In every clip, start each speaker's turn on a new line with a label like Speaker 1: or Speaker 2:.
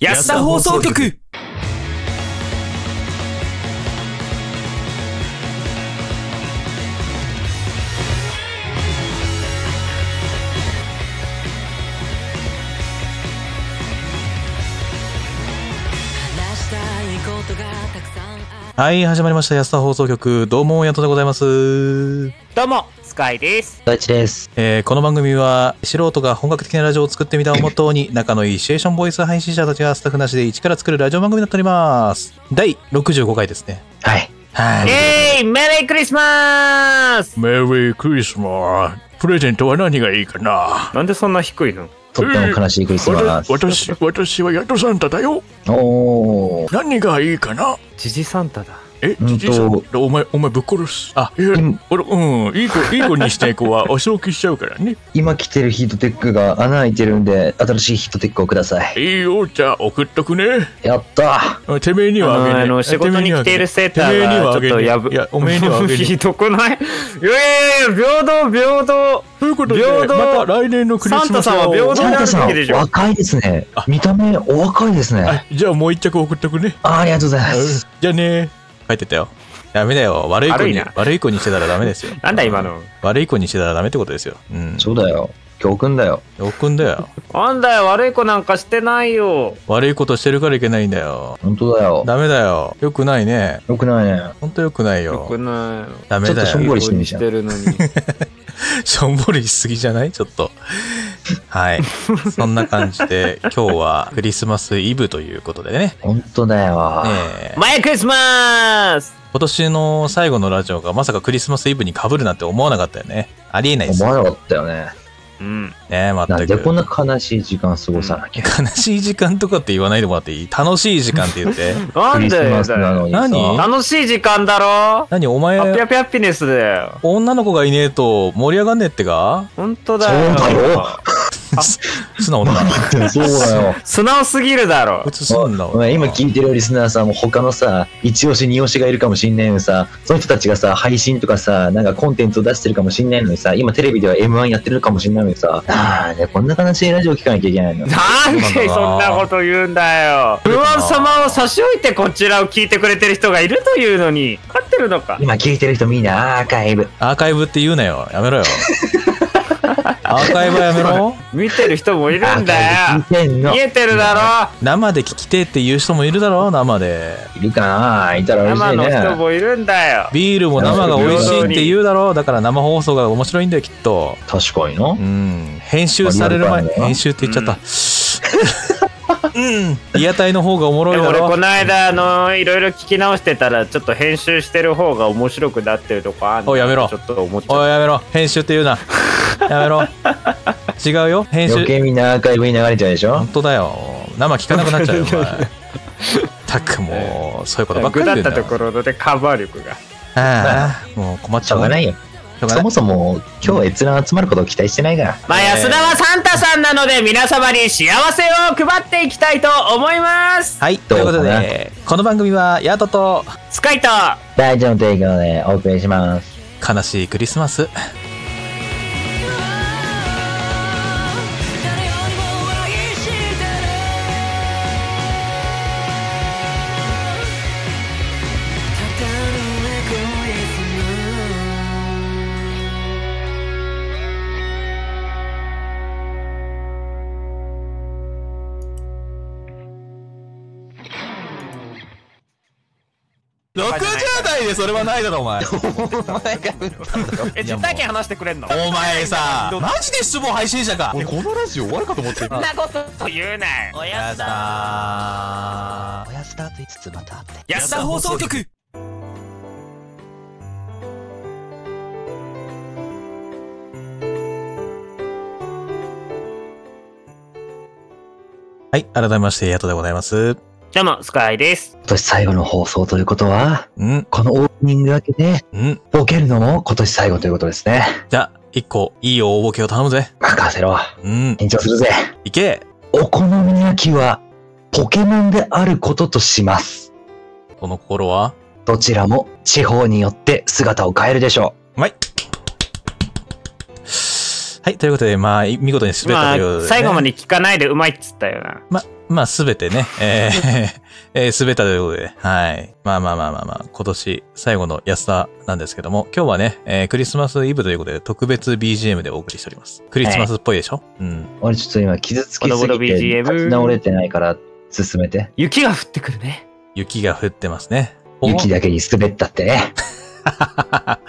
Speaker 1: 安田放送局
Speaker 2: 話したいことがたくさんあ
Speaker 3: はい、始まりました。安田放送局。どうも、やとでございます。
Speaker 4: どうも、スカイです。
Speaker 5: 大地です。
Speaker 3: えーこの番組は、素人が本格的なラジオを作ってみたをもとに、仲のいいシチュエーションボイス配信者たちがスタッフなしで一から作るラジオ番組になっております。第65回ですね。
Speaker 5: はい。
Speaker 3: はい。
Speaker 4: イェーイメリークリスマス
Speaker 3: メリークリスマス。プレゼントは何がいいかな
Speaker 4: なんでそんな低いの
Speaker 5: とっても悲しいクリスマス。
Speaker 3: 私、私はヤトサンタだよ。
Speaker 5: おー。
Speaker 3: 何がいいかな
Speaker 4: ジジサンタだ。
Speaker 3: え、
Speaker 5: うんと
Speaker 3: じいさんお前、お前ぶっ殺す。あ、え、
Speaker 5: ん
Speaker 3: 俺、うん、いい子、いい子にしたい子はお仕置きしちゃうから ね。
Speaker 5: 今来てるヒートテックが穴開いてるんで、新しいヒートテックをください。
Speaker 3: いいよ、じゃあ送っとくね。
Speaker 5: やった
Speaker 3: あてめえにはあげねえ。
Speaker 4: あの、仕事に来ているセーターがちょっとやぶ、
Speaker 3: いや、おめえにはあげねえ
Speaker 4: ひ。どくないいやいやいや、平等、平等。
Speaker 3: ということで、
Speaker 4: 平等
Speaker 3: また来年のクリスマス
Speaker 4: サンタさんは平
Speaker 5: ー
Speaker 4: 等
Speaker 5: サンタさ
Speaker 4: そんなわ
Speaker 5: ん
Speaker 4: けでし、ょ
Speaker 5: 若いですね。見た目、お若いですね。
Speaker 3: じゃあもう一着送っとくね。
Speaker 5: あありがとうございま
Speaker 3: うん
Speaker 5: す。
Speaker 3: じゃあね。書いてたよ。ダメだよ。悪い子
Speaker 4: 悪い
Speaker 3: に
Speaker 4: な、。
Speaker 3: 悪い子にしてたらダメですよ
Speaker 4: なんだ今。の。
Speaker 3: 悪い子にしてたらダメってことですよ。うん。
Speaker 5: そうだよ。教訓だよ。
Speaker 3: おくんだよ。
Speaker 4: なんだよ、悪い子なんかしてないよ。
Speaker 3: 悪いことしてるからいけないんだよ。
Speaker 5: 本当だよ。
Speaker 3: ダメだよ。よくないね。
Speaker 5: よくないね。
Speaker 3: ほんとよくない
Speaker 4: よく
Speaker 3: よ。
Speaker 4: ない。
Speaker 3: ダメだ
Speaker 5: ちょっとしょん
Speaker 3: よ。
Speaker 5: ぼりしてんじゃん
Speaker 4: してるのに。
Speaker 3: しょんぼりしすぎじゃないちょっと。はい。そんな感じで、今日はクリスマスイブということでね。
Speaker 5: 本当だよ。
Speaker 3: ええ
Speaker 4: マイクリスマス
Speaker 3: 今年の最後のラジオがまさかクリスマスイブに被るなんて思わなかったよね。ありえないです
Speaker 5: 思
Speaker 3: よ
Speaker 5: わなかったよね。
Speaker 4: うん。
Speaker 3: ね。
Speaker 5: なん
Speaker 3: 全
Speaker 5: でこん
Speaker 3: く。
Speaker 5: な悲しい時間過ごさなきゃ。
Speaker 3: 悲しい時間とかって言わないでもらっていい楽しい時間って言 って。
Speaker 4: な
Speaker 5: ク
Speaker 4: ん
Speaker 5: リス
Speaker 4: で
Speaker 5: マスなのにさ。
Speaker 3: 何
Speaker 4: 楽しい時間だろ
Speaker 3: 何お
Speaker 4: ハッピ
Speaker 3: 前、
Speaker 4: ーハッピーハッピネスだよ。
Speaker 3: 女の子がいねえと盛り上がんねえってか
Speaker 4: ほんとだよ。
Speaker 5: そうだよ
Speaker 3: 素直 な。
Speaker 5: そうだよ。
Speaker 4: 素直すぎるだろ
Speaker 3: う。つすんな。
Speaker 5: お前今聞いてるリスナーさんも他のさ、一押し二押しがいるかもしんないのにさ、その人たちがさ、配信とかさ、なんかコンテンツを出してるかもしんないのにさ、今テレビでは M1 やってるかもしんないのにさ、あーね、こんな悲しいラジオ聞かなきゃいけないの。
Speaker 4: なんで
Speaker 3: そ
Speaker 4: そう
Speaker 3: なん
Speaker 4: ん
Speaker 3: だな
Speaker 4: なこと言うんだよ。不安様を差し置いてこちらを聞いてくれてる人がいるというのに、分かってるのか。
Speaker 5: 今聞いてる人みんなアーカイブ。
Speaker 3: アーカイブって言うなよ。やめ ろよ。アーカイブはやめろ。
Speaker 4: 見てる人もい
Speaker 5: ア
Speaker 4: るん
Speaker 5: ー
Speaker 4: だ
Speaker 5: カイブ。聞い
Speaker 4: よ
Speaker 5: てんの。
Speaker 4: 見えてるだ
Speaker 3: 生で聞きてえって言う人もいるだろ生で。
Speaker 5: いるかないたら
Speaker 4: ろ。
Speaker 5: 嬉し
Speaker 4: 生
Speaker 5: い
Speaker 4: の人
Speaker 5: ね。
Speaker 4: もいるんだよ。
Speaker 3: ビールも生が美味しいって言うだろだから生放送が面白いんだよ、きっと。
Speaker 5: 確かにな
Speaker 3: う。ん、編集される前
Speaker 5: リアルタイムだな
Speaker 3: 編集って言っちゃった。うん、リアタイの方がおもろい
Speaker 4: でも
Speaker 3: だ
Speaker 4: 俺
Speaker 3: ろ
Speaker 4: こ。の間あのいろいろ聞き直してたらちょっと編集してる方が面白くなってるとこあんの
Speaker 3: おいやめろ
Speaker 4: ちょっと思っちゃ
Speaker 3: お
Speaker 4: っ
Speaker 3: いやめろ、編集って言うな。やめろ。違うよ、編
Speaker 5: 余
Speaker 3: 集。
Speaker 5: 計みんなアーカイブに流れちゃうでしょ
Speaker 3: 本当だよ。生聞かなくなっちゃうよ、お 前。たっくんもう、そういうことば
Speaker 4: た
Speaker 3: っか
Speaker 4: 具
Speaker 3: り
Speaker 4: だ
Speaker 3: 言うん
Speaker 4: っ
Speaker 3: だ
Speaker 4: た
Speaker 3: よ
Speaker 4: ところでカバー力が
Speaker 3: ああ、もう困っち
Speaker 5: し
Speaker 3: ゃ
Speaker 5: ょ
Speaker 3: う
Speaker 5: うがないよ。
Speaker 3: しょうがな
Speaker 5: そ
Speaker 3: い
Speaker 5: もそも今日閲覧集まることを期待してないから。
Speaker 4: まあ、
Speaker 3: えー
Speaker 4: 安田はサンタさんなので皆様に幸せを配っていきたいと思います
Speaker 3: はい、ということで、この番組は、ヤートと、
Speaker 4: スカイと
Speaker 5: 大事の提供でお送りします。
Speaker 3: 悲しいクリスマス。
Speaker 2: る誰よりも愛してるただのエゴイズム
Speaker 3: 60代でそれはないだろ、お前。
Speaker 4: え
Speaker 3: いや
Speaker 4: 実体験話してくれんの
Speaker 3: お前さ、マジで失望配信者か。俺このラジオ終わるかと思って
Speaker 4: そんなこと言うなよおや
Speaker 3: さ
Speaker 5: おやすだと言いつつまたって。
Speaker 4: 安田放送局
Speaker 3: はい、改めまして、ヤトでございます。
Speaker 4: どうもスカイです
Speaker 5: 今年最後の放送ということは、
Speaker 3: ん
Speaker 5: このオープニングだけで、
Speaker 3: ん
Speaker 5: ボケるのも今年最後ということですね。
Speaker 3: じゃあ、一個、いい大ボケを頼むぜ。
Speaker 5: 任せろ。
Speaker 3: うん、
Speaker 5: 緊張するぜ。
Speaker 3: いけ
Speaker 5: お好み焼きは、ポケモンであることとします。
Speaker 3: その心は
Speaker 5: どちらも地方によって姿を変えるでしょ
Speaker 3: うまいはい、ということで、まあ、い見事に滑った
Speaker 4: ま
Speaker 3: と
Speaker 4: あ
Speaker 3: いうことでね、
Speaker 4: 最後まで聞かないでうまいっつったよな
Speaker 3: まあ、まあ、すべてね、えー えー、すべたということで、はい。まあまあまあまあまあ、今年最後の安田なんですけども、今日はね、えークリスマスイブということで特別 BGM でお送りしております。クリスマスっぽいでしょ、うん。
Speaker 5: 俺ちょっと今傷つきす
Speaker 4: ボロ
Speaker 5: ぎ
Speaker 4: ボロ
Speaker 5: て
Speaker 4: BGM
Speaker 5: 立ち直れてないから進めて。
Speaker 4: 雪が降ってくるね。
Speaker 3: 雪が降ってますね。おも
Speaker 5: 雪だけに滑ったってね。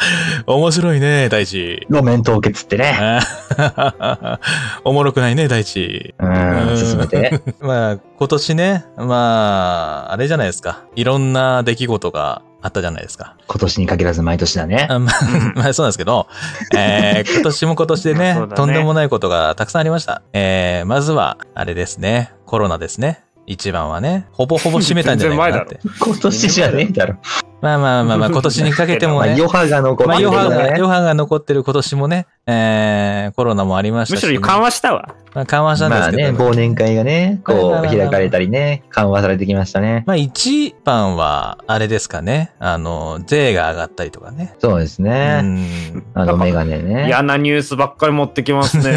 Speaker 3: 面白いね、大地。
Speaker 5: 路面凍結ってね。
Speaker 3: あー おもろくないね、大地。
Speaker 5: う、
Speaker 3: うんん
Speaker 5: 進めて。
Speaker 3: まあ、今年ね、まあ、あれじゃないですか。いろんな出来事があったじゃないですか。
Speaker 5: 今年に限らず毎年だね。
Speaker 3: あまあ、 まあそうなんですけど、えー今年も今年でね
Speaker 4: そうだね
Speaker 3: とんでもないことがたくさんありました。えーまずは、あれですね、コロナですね。一番はね、ほぼほぼ閉めたんじゃないかなって。
Speaker 5: 今年じゃねえだろ。
Speaker 3: まあまあまあまあ、今年にかけて
Speaker 5: ま
Speaker 3: も
Speaker 5: あ、
Speaker 3: ね。
Speaker 5: 余波が残っ
Speaker 3: まあ
Speaker 5: てる
Speaker 3: 余波
Speaker 5: か
Speaker 3: が、
Speaker 5: らね
Speaker 3: 余。波が残ってる今年もね、えーコロナもありました
Speaker 4: む
Speaker 3: し
Speaker 4: し
Speaker 3: ね、
Speaker 4: ろ緩和したわ。
Speaker 3: まあ緩和したんで
Speaker 5: ますあ
Speaker 3: けど、
Speaker 5: ね、忘年会がね、こう開かれたりね、緩和されてきましたね。
Speaker 3: まあ一番は、あれですかね。あの、税が上がったりとかね。
Speaker 5: そうです
Speaker 3: う
Speaker 5: ね。
Speaker 3: ん。
Speaker 5: あのメガネね。
Speaker 4: 嫌なニュースばっかり持ってきますね。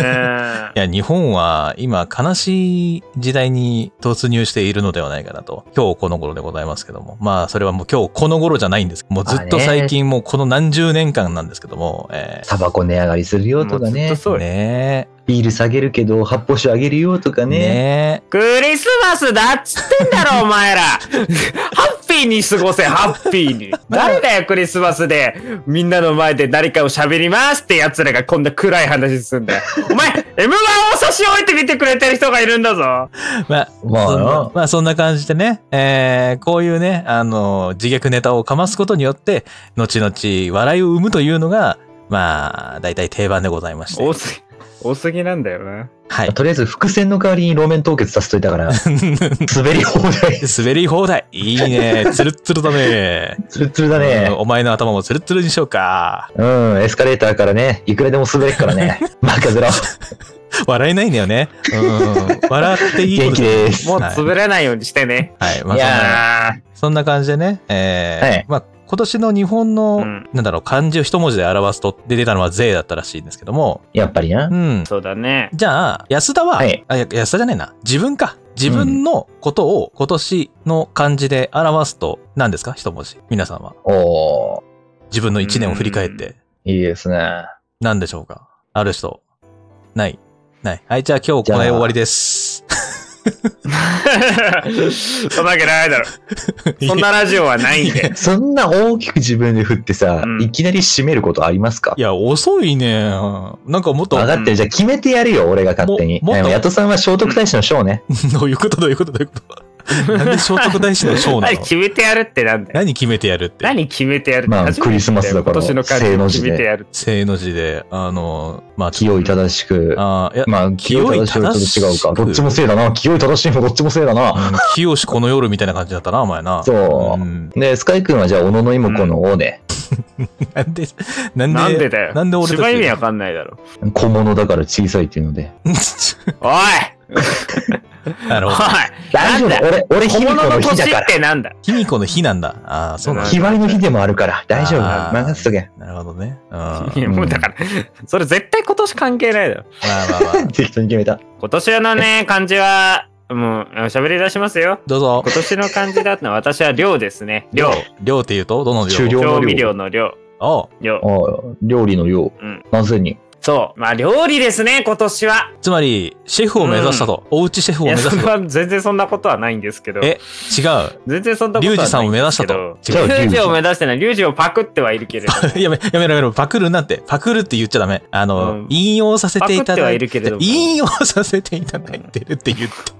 Speaker 3: いや、日本は今悲しい時代に突入しているのではないかなと。今日この頃でございますけども。まあそれはもう今日この頃じゃないんです。もうずっと
Speaker 5: まあね
Speaker 3: 最近もうこの何十年間なんですけども。え
Speaker 5: タバコ値上がりするよとか
Speaker 4: もうず
Speaker 5: ね
Speaker 4: っと、そう
Speaker 3: ー、
Speaker 4: よ
Speaker 3: ね
Speaker 5: ビール下げるけど発泡酒上げるよとか
Speaker 3: え。
Speaker 5: ね。
Speaker 3: ね
Speaker 4: クリスマスだっつってんだろ、お前ら。ハッピーに過ごせ、ハッピーに。誰だよ、クリスマスで、みんなの前で誰かを喋りますって奴らがこんな暗い話すんだよ。お前、M1 を差し置いて見てくれてる人がいるんだぞ。
Speaker 3: え。まあ、
Speaker 5: まあ
Speaker 3: そんな
Speaker 5: な
Speaker 3: まあそんな感じでね。えーこういうね、あの、自虐ネタをかますことによって、後々笑いを生むというのが、まあ、大体定番でございまして。
Speaker 4: 多すぎ、多すぎなんだよな。
Speaker 3: はい。
Speaker 5: とりあえず伏線の代わりに路面凍結させといたから、滑り放題。
Speaker 3: 滑り放題いいねツルッツルだね
Speaker 5: ツルッツルだね
Speaker 3: うん。お前の頭もツルッツルにしようか
Speaker 5: うん、エスカレーターからね、いくらでも滑れっからね。任せろ。
Speaker 3: 笑えないんだよね、うん、笑っていい
Speaker 5: 元
Speaker 3: こと
Speaker 5: 気です。
Speaker 4: もう
Speaker 3: はい
Speaker 4: 潰れないようにしてね。
Speaker 3: はい、ま
Speaker 5: い
Speaker 3: あ
Speaker 5: やー、
Speaker 3: そんな、そんな感じでね、えー
Speaker 5: はい
Speaker 3: まあ、今年の日本の、
Speaker 4: うん
Speaker 3: なんだろう漢字を一文字で表すとで出たのは「税」だったらしいんですけども、
Speaker 5: やっぱりな
Speaker 3: う。ん、
Speaker 4: そうだね。
Speaker 3: じゃあ安田は、
Speaker 5: はい
Speaker 3: あや安田じゃねえな自分か自分のことを今年の漢字で表すと何ですか一文字皆さんは
Speaker 5: おー、
Speaker 3: 自分の一年を振り返って
Speaker 5: いいですね。
Speaker 3: 何でしょうかある人ないない。はい、じゃあ今日これで終わりです。
Speaker 4: そんなわけな いだろ。そんなラジオはないんで。
Speaker 5: そんな大きく自分で振ってさ、
Speaker 4: うん
Speaker 5: いきなり締めることありますか
Speaker 3: いや、遅いね。なんかもっと
Speaker 5: 分、かってる。じゃあ決めてやるよ、俺が勝手に。
Speaker 3: ももっ
Speaker 5: で
Speaker 3: と
Speaker 5: も、ヤトさんは聖徳太子の章ね。
Speaker 3: どういうことどういうことどういうことなんで聖徳太子の章 な
Speaker 4: 何
Speaker 3: の
Speaker 4: 決めてやるってなんだよ。
Speaker 3: 何決めてやるって。
Speaker 4: 何決めてやるって
Speaker 5: まあ
Speaker 4: 初めて
Speaker 5: クリスマスだから
Speaker 4: 今年の漢
Speaker 5: 正
Speaker 4: 字
Speaker 5: の字
Speaker 4: 決
Speaker 5: で
Speaker 4: めてやる。
Speaker 3: 正の字で、あの、まあ、
Speaker 5: 清い正しく。
Speaker 3: あーいや、
Speaker 5: まあ、清い正しくはちょっと違
Speaker 3: 清い
Speaker 5: う
Speaker 3: 正しく
Speaker 5: か。どっちもせいだな。清い正しいもどっちもせいだな。
Speaker 3: うん清しこの夜みたいな感じだったな、お前な。
Speaker 5: そうんで、スカイ君はじゃあ、小野の妹子の王で、
Speaker 3: なんで、なんで、
Speaker 4: なんでだよ。
Speaker 3: なんで俺たち
Speaker 4: 芝居 意味わかんないだろ。
Speaker 5: 小物だから小さいっていうので。
Speaker 4: おい
Speaker 3: なる
Speaker 4: おい
Speaker 3: ほど。
Speaker 5: 大丈夫
Speaker 4: なんだ
Speaker 5: 俺、俺、卑
Speaker 4: 小
Speaker 5: 弥呼
Speaker 4: 物
Speaker 5: の
Speaker 4: の
Speaker 5: 日
Speaker 4: 年
Speaker 5: だか
Speaker 4: っ
Speaker 5: ら。
Speaker 4: てなんだ
Speaker 3: 卑弥呼の日なんだ。ああ、そうなんだ。
Speaker 5: ひばりの日でもあるから、大丈夫。
Speaker 3: あー
Speaker 5: 任せとけ。
Speaker 3: なるほどね。うん。
Speaker 4: いやもうだから、それ絶対今年関係ないだろ。
Speaker 3: まあまあまあ。
Speaker 5: 適当に決めた。
Speaker 4: 今年のね、漢字は、もう、喋り出しますよ。
Speaker 3: どうぞ
Speaker 4: 今。年の漢字だったのは私は量ですね。量。
Speaker 3: 量って言うと、どの量
Speaker 5: 終了
Speaker 4: 調味料の量。
Speaker 3: おう
Speaker 4: 量
Speaker 5: あ。ー料理の量
Speaker 4: うん。
Speaker 5: なぜに。
Speaker 4: そう。まあ、料理ですね、今年は。
Speaker 3: つまり、シェフを目指したと。おうちシェフを
Speaker 4: い
Speaker 3: 目
Speaker 4: や、
Speaker 3: 指
Speaker 4: そ
Speaker 3: し
Speaker 4: ん
Speaker 3: た
Speaker 4: な全然そんなことはないんですけど。
Speaker 3: えと。違
Speaker 4: 全然そんな
Speaker 3: う。
Speaker 4: こと
Speaker 3: リュウ
Speaker 4: はな
Speaker 3: ジ
Speaker 4: い
Speaker 3: さんを目指
Speaker 4: で
Speaker 3: し
Speaker 4: すけ
Speaker 3: た
Speaker 4: ど
Speaker 3: と。。
Speaker 5: じゃあ
Speaker 4: リュ
Speaker 5: リ
Speaker 4: ウジを
Speaker 5: ュウジ
Speaker 4: 目指してない。リュウジをパクってはいるけれども。
Speaker 3: やめ、やめろやめろ、パクるなって。パクるって言っちゃダメ。あの、
Speaker 4: うん
Speaker 3: 引用させていた
Speaker 4: パクって
Speaker 3: だ
Speaker 4: はいい
Speaker 3: て
Speaker 4: るけれども
Speaker 3: 引用させていただいてるって言 って。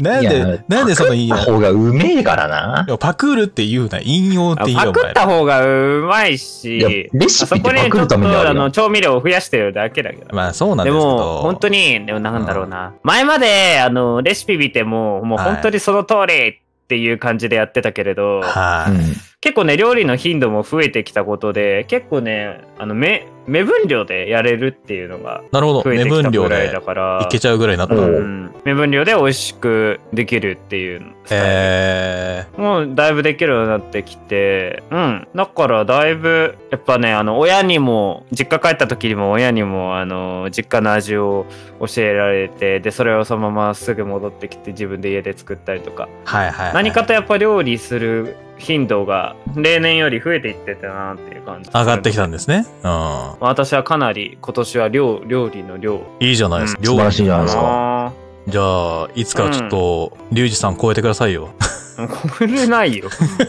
Speaker 3: なん
Speaker 5: いや
Speaker 3: で、なんでその引用
Speaker 5: た方がうめえからな。
Speaker 3: パクるって言うな。引用って言う
Speaker 4: パ
Speaker 3: よ、お
Speaker 4: クっ
Speaker 3: 前ら。
Speaker 4: た方がうまいし、
Speaker 5: いやレシピってパクるために
Speaker 4: あそこにちょ
Speaker 5: あ
Speaker 4: っとあ
Speaker 5: るよ
Speaker 4: の調味料を増やしてるだけだけど。
Speaker 3: まあ、そうなん
Speaker 4: で
Speaker 3: ですけど。
Speaker 4: も、本当に、でもなんだろうな。前まで、あの、レシピ見ても、もう
Speaker 3: はい
Speaker 4: 本当にその通りっていう感じでやってたけれど、
Speaker 3: は
Speaker 5: う
Speaker 3: い。
Speaker 5: ん
Speaker 4: 結構ね、料理の頻度も増えてきたことで、結構ね、あの、目、目分量でやれるっていうのが
Speaker 3: なるほど。
Speaker 4: 増え
Speaker 3: 目
Speaker 4: てきた
Speaker 3: 分量
Speaker 4: ぐらい
Speaker 3: で
Speaker 4: だから、
Speaker 3: いけちゃうぐらいになった。
Speaker 5: うん
Speaker 4: うん目分量で美味しくできるっていうスタイル
Speaker 3: え
Speaker 4: もうだいぶできるようになってきて、うん。だからだいぶ、やっぱね、あの、親にも、実家帰った時にも親にも、あの、実家の味を教えられて、で、それをそのまますぐ戻ってきて自分で家で作ったりとか、
Speaker 3: ー、はいはい、はい。
Speaker 4: 何かとやっぱ料理する頻度が例年より増えていってたなっていう感じ。
Speaker 3: 上がってきたんですね。うん。
Speaker 4: まあ。私はかなり今年は料料理の量
Speaker 3: いいじゃないです
Speaker 4: う
Speaker 3: か。
Speaker 4: ん
Speaker 5: 素晴らしいじゃな
Speaker 4: か
Speaker 5: いですか。
Speaker 4: な。
Speaker 3: じゃあ、いつかちょっと、リュウジさん超えてくださいよ。
Speaker 4: 超えれないよ。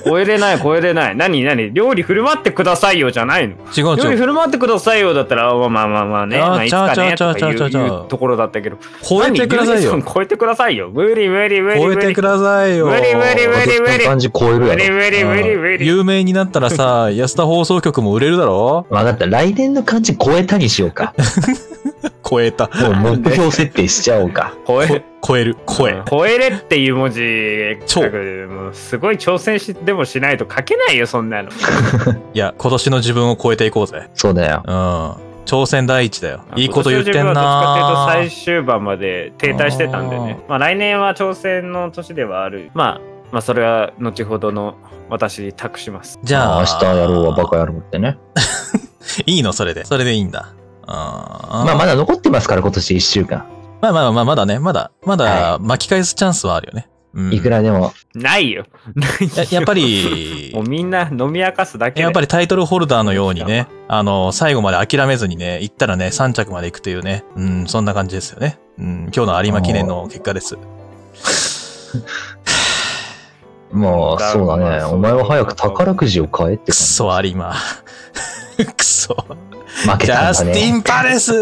Speaker 4: 超えれない、超えれない。何、何、料理振る舞ってくださいよじゃないの。
Speaker 3: 違う
Speaker 4: 料理
Speaker 3: 違う。
Speaker 4: 振る舞ってくださいよだったら、あまあまあまあまあね、
Speaker 3: あー
Speaker 4: まあ、いつかね
Speaker 3: ちゃ
Speaker 4: と
Speaker 3: うち
Speaker 4: か
Speaker 3: ゃ
Speaker 4: いうう
Speaker 3: ちゃうちゃうちゃう
Speaker 4: いうところだったけど、
Speaker 3: 超えてくださいよ
Speaker 4: 何ユ。ージさん超えてくださいよ。無理無理無理
Speaker 3: 超
Speaker 4: 無
Speaker 3: え
Speaker 4: 理。
Speaker 3: てくださいよ。
Speaker 4: 無理無理無理
Speaker 5: 私の感じ超える
Speaker 4: 無
Speaker 5: や
Speaker 4: 理
Speaker 5: ろ。
Speaker 4: 無理無理無
Speaker 3: うん
Speaker 4: 理。
Speaker 3: 有名になったら さ、安田放送局も売れるだろ
Speaker 5: わかった。来年の感じ超えたにしようか。
Speaker 3: 超えた。
Speaker 5: もう目標設定しちゃおうか。
Speaker 4: 超え
Speaker 3: こ超える。声。
Speaker 4: 超えれっていう文字
Speaker 3: 超
Speaker 4: もうすごい挑戦しでもしないと書けないよそんなの
Speaker 3: いや、今年の自分を超えていこうぜ。
Speaker 5: そうだよ。
Speaker 3: うん。挑戦第一だよ。 いいこと言ってん
Speaker 4: 今年の自分は
Speaker 3: な
Speaker 4: どっちかっていうと最終盤まで停滞してたんでね
Speaker 3: あ
Speaker 4: まあ来年は挑戦の年ではあるまあまあそれは後ほどの私に託します
Speaker 3: じ
Speaker 5: じ
Speaker 3: ゃあ、
Speaker 5: 明日やろうはバカやろうってね。
Speaker 3: いいのそれで。それでいいんだ。あー
Speaker 5: まあまだ残ってますから今年1週間。
Speaker 3: まあまあまあ、まだね、まだ、まだ
Speaker 5: は
Speaker 3: 巻き返すチャンスはあるよね。うん、
Speaker 5: いくらでも。
Speaker 4: ないよないよ
Speaker 3: ややっぱ り
Speaker 4: もうみんな飲み明かすだけで
Speaker 3: やっぱりタイトルホルダーのようにね、あの、最後まで諦めずにね、行ったらね、3着まで行くというね、うん、そんな感じですよね。うん、今日の有馬記念の結果です。
Speaker 5: まあそうだ
Speaker 4: まあ
Speaker 5: ね。
Speaker 4: そう
Speaker 5: お前は早く宝くじを買えって
Speaker 3: く
Speaker 5: 感じ。
Speaker 3: そ、有馬。 くそ。
Speaker 5: 負け
Speaker 3: ジ
Speaker 5: た
Speaker 3: ャ
Speaker 5: んだ
Speaker 3: スティ
Speaker 5: ね。
Speaker 3: ン・パレス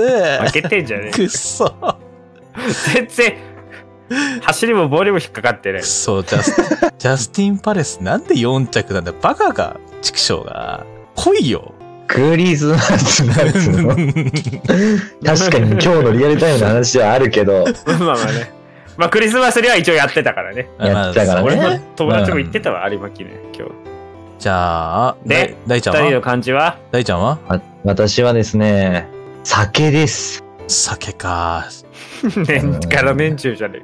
Speaker 4: 負けてんじゃね え
Speaker 3: くそ。
Speaker 4: 全然 走りもボールも引っかかってね
Speaker 3: くそ、ジャス、ジャスティン・パレス、なんで4着なんだバカか、畜生が。来いよ。
Speaker 5: クリスマスなんつうの確かに今日のリアルタイムの話はある けど、
Speaker 4: まあまあねまあクリスマスには一応やってたからね
Speaker 5: やってたからね
Speaker 4: 俺
Speaker 5: え
Speaker 4: の友達も言ってたわ有馬記念今日
Speaker 3: じゃあ、
Speaker 4: で
Speaker 3: 大大ちゃん
Speaker 4: 二人の
Speaker 3: は
Speaker 4: 感じは
Speaker 3: 大ちゃんは
Speaker 5: あ私はですね、酒です。
Speaker 3: 酒か。
Speaker 4: 年から年中じゃね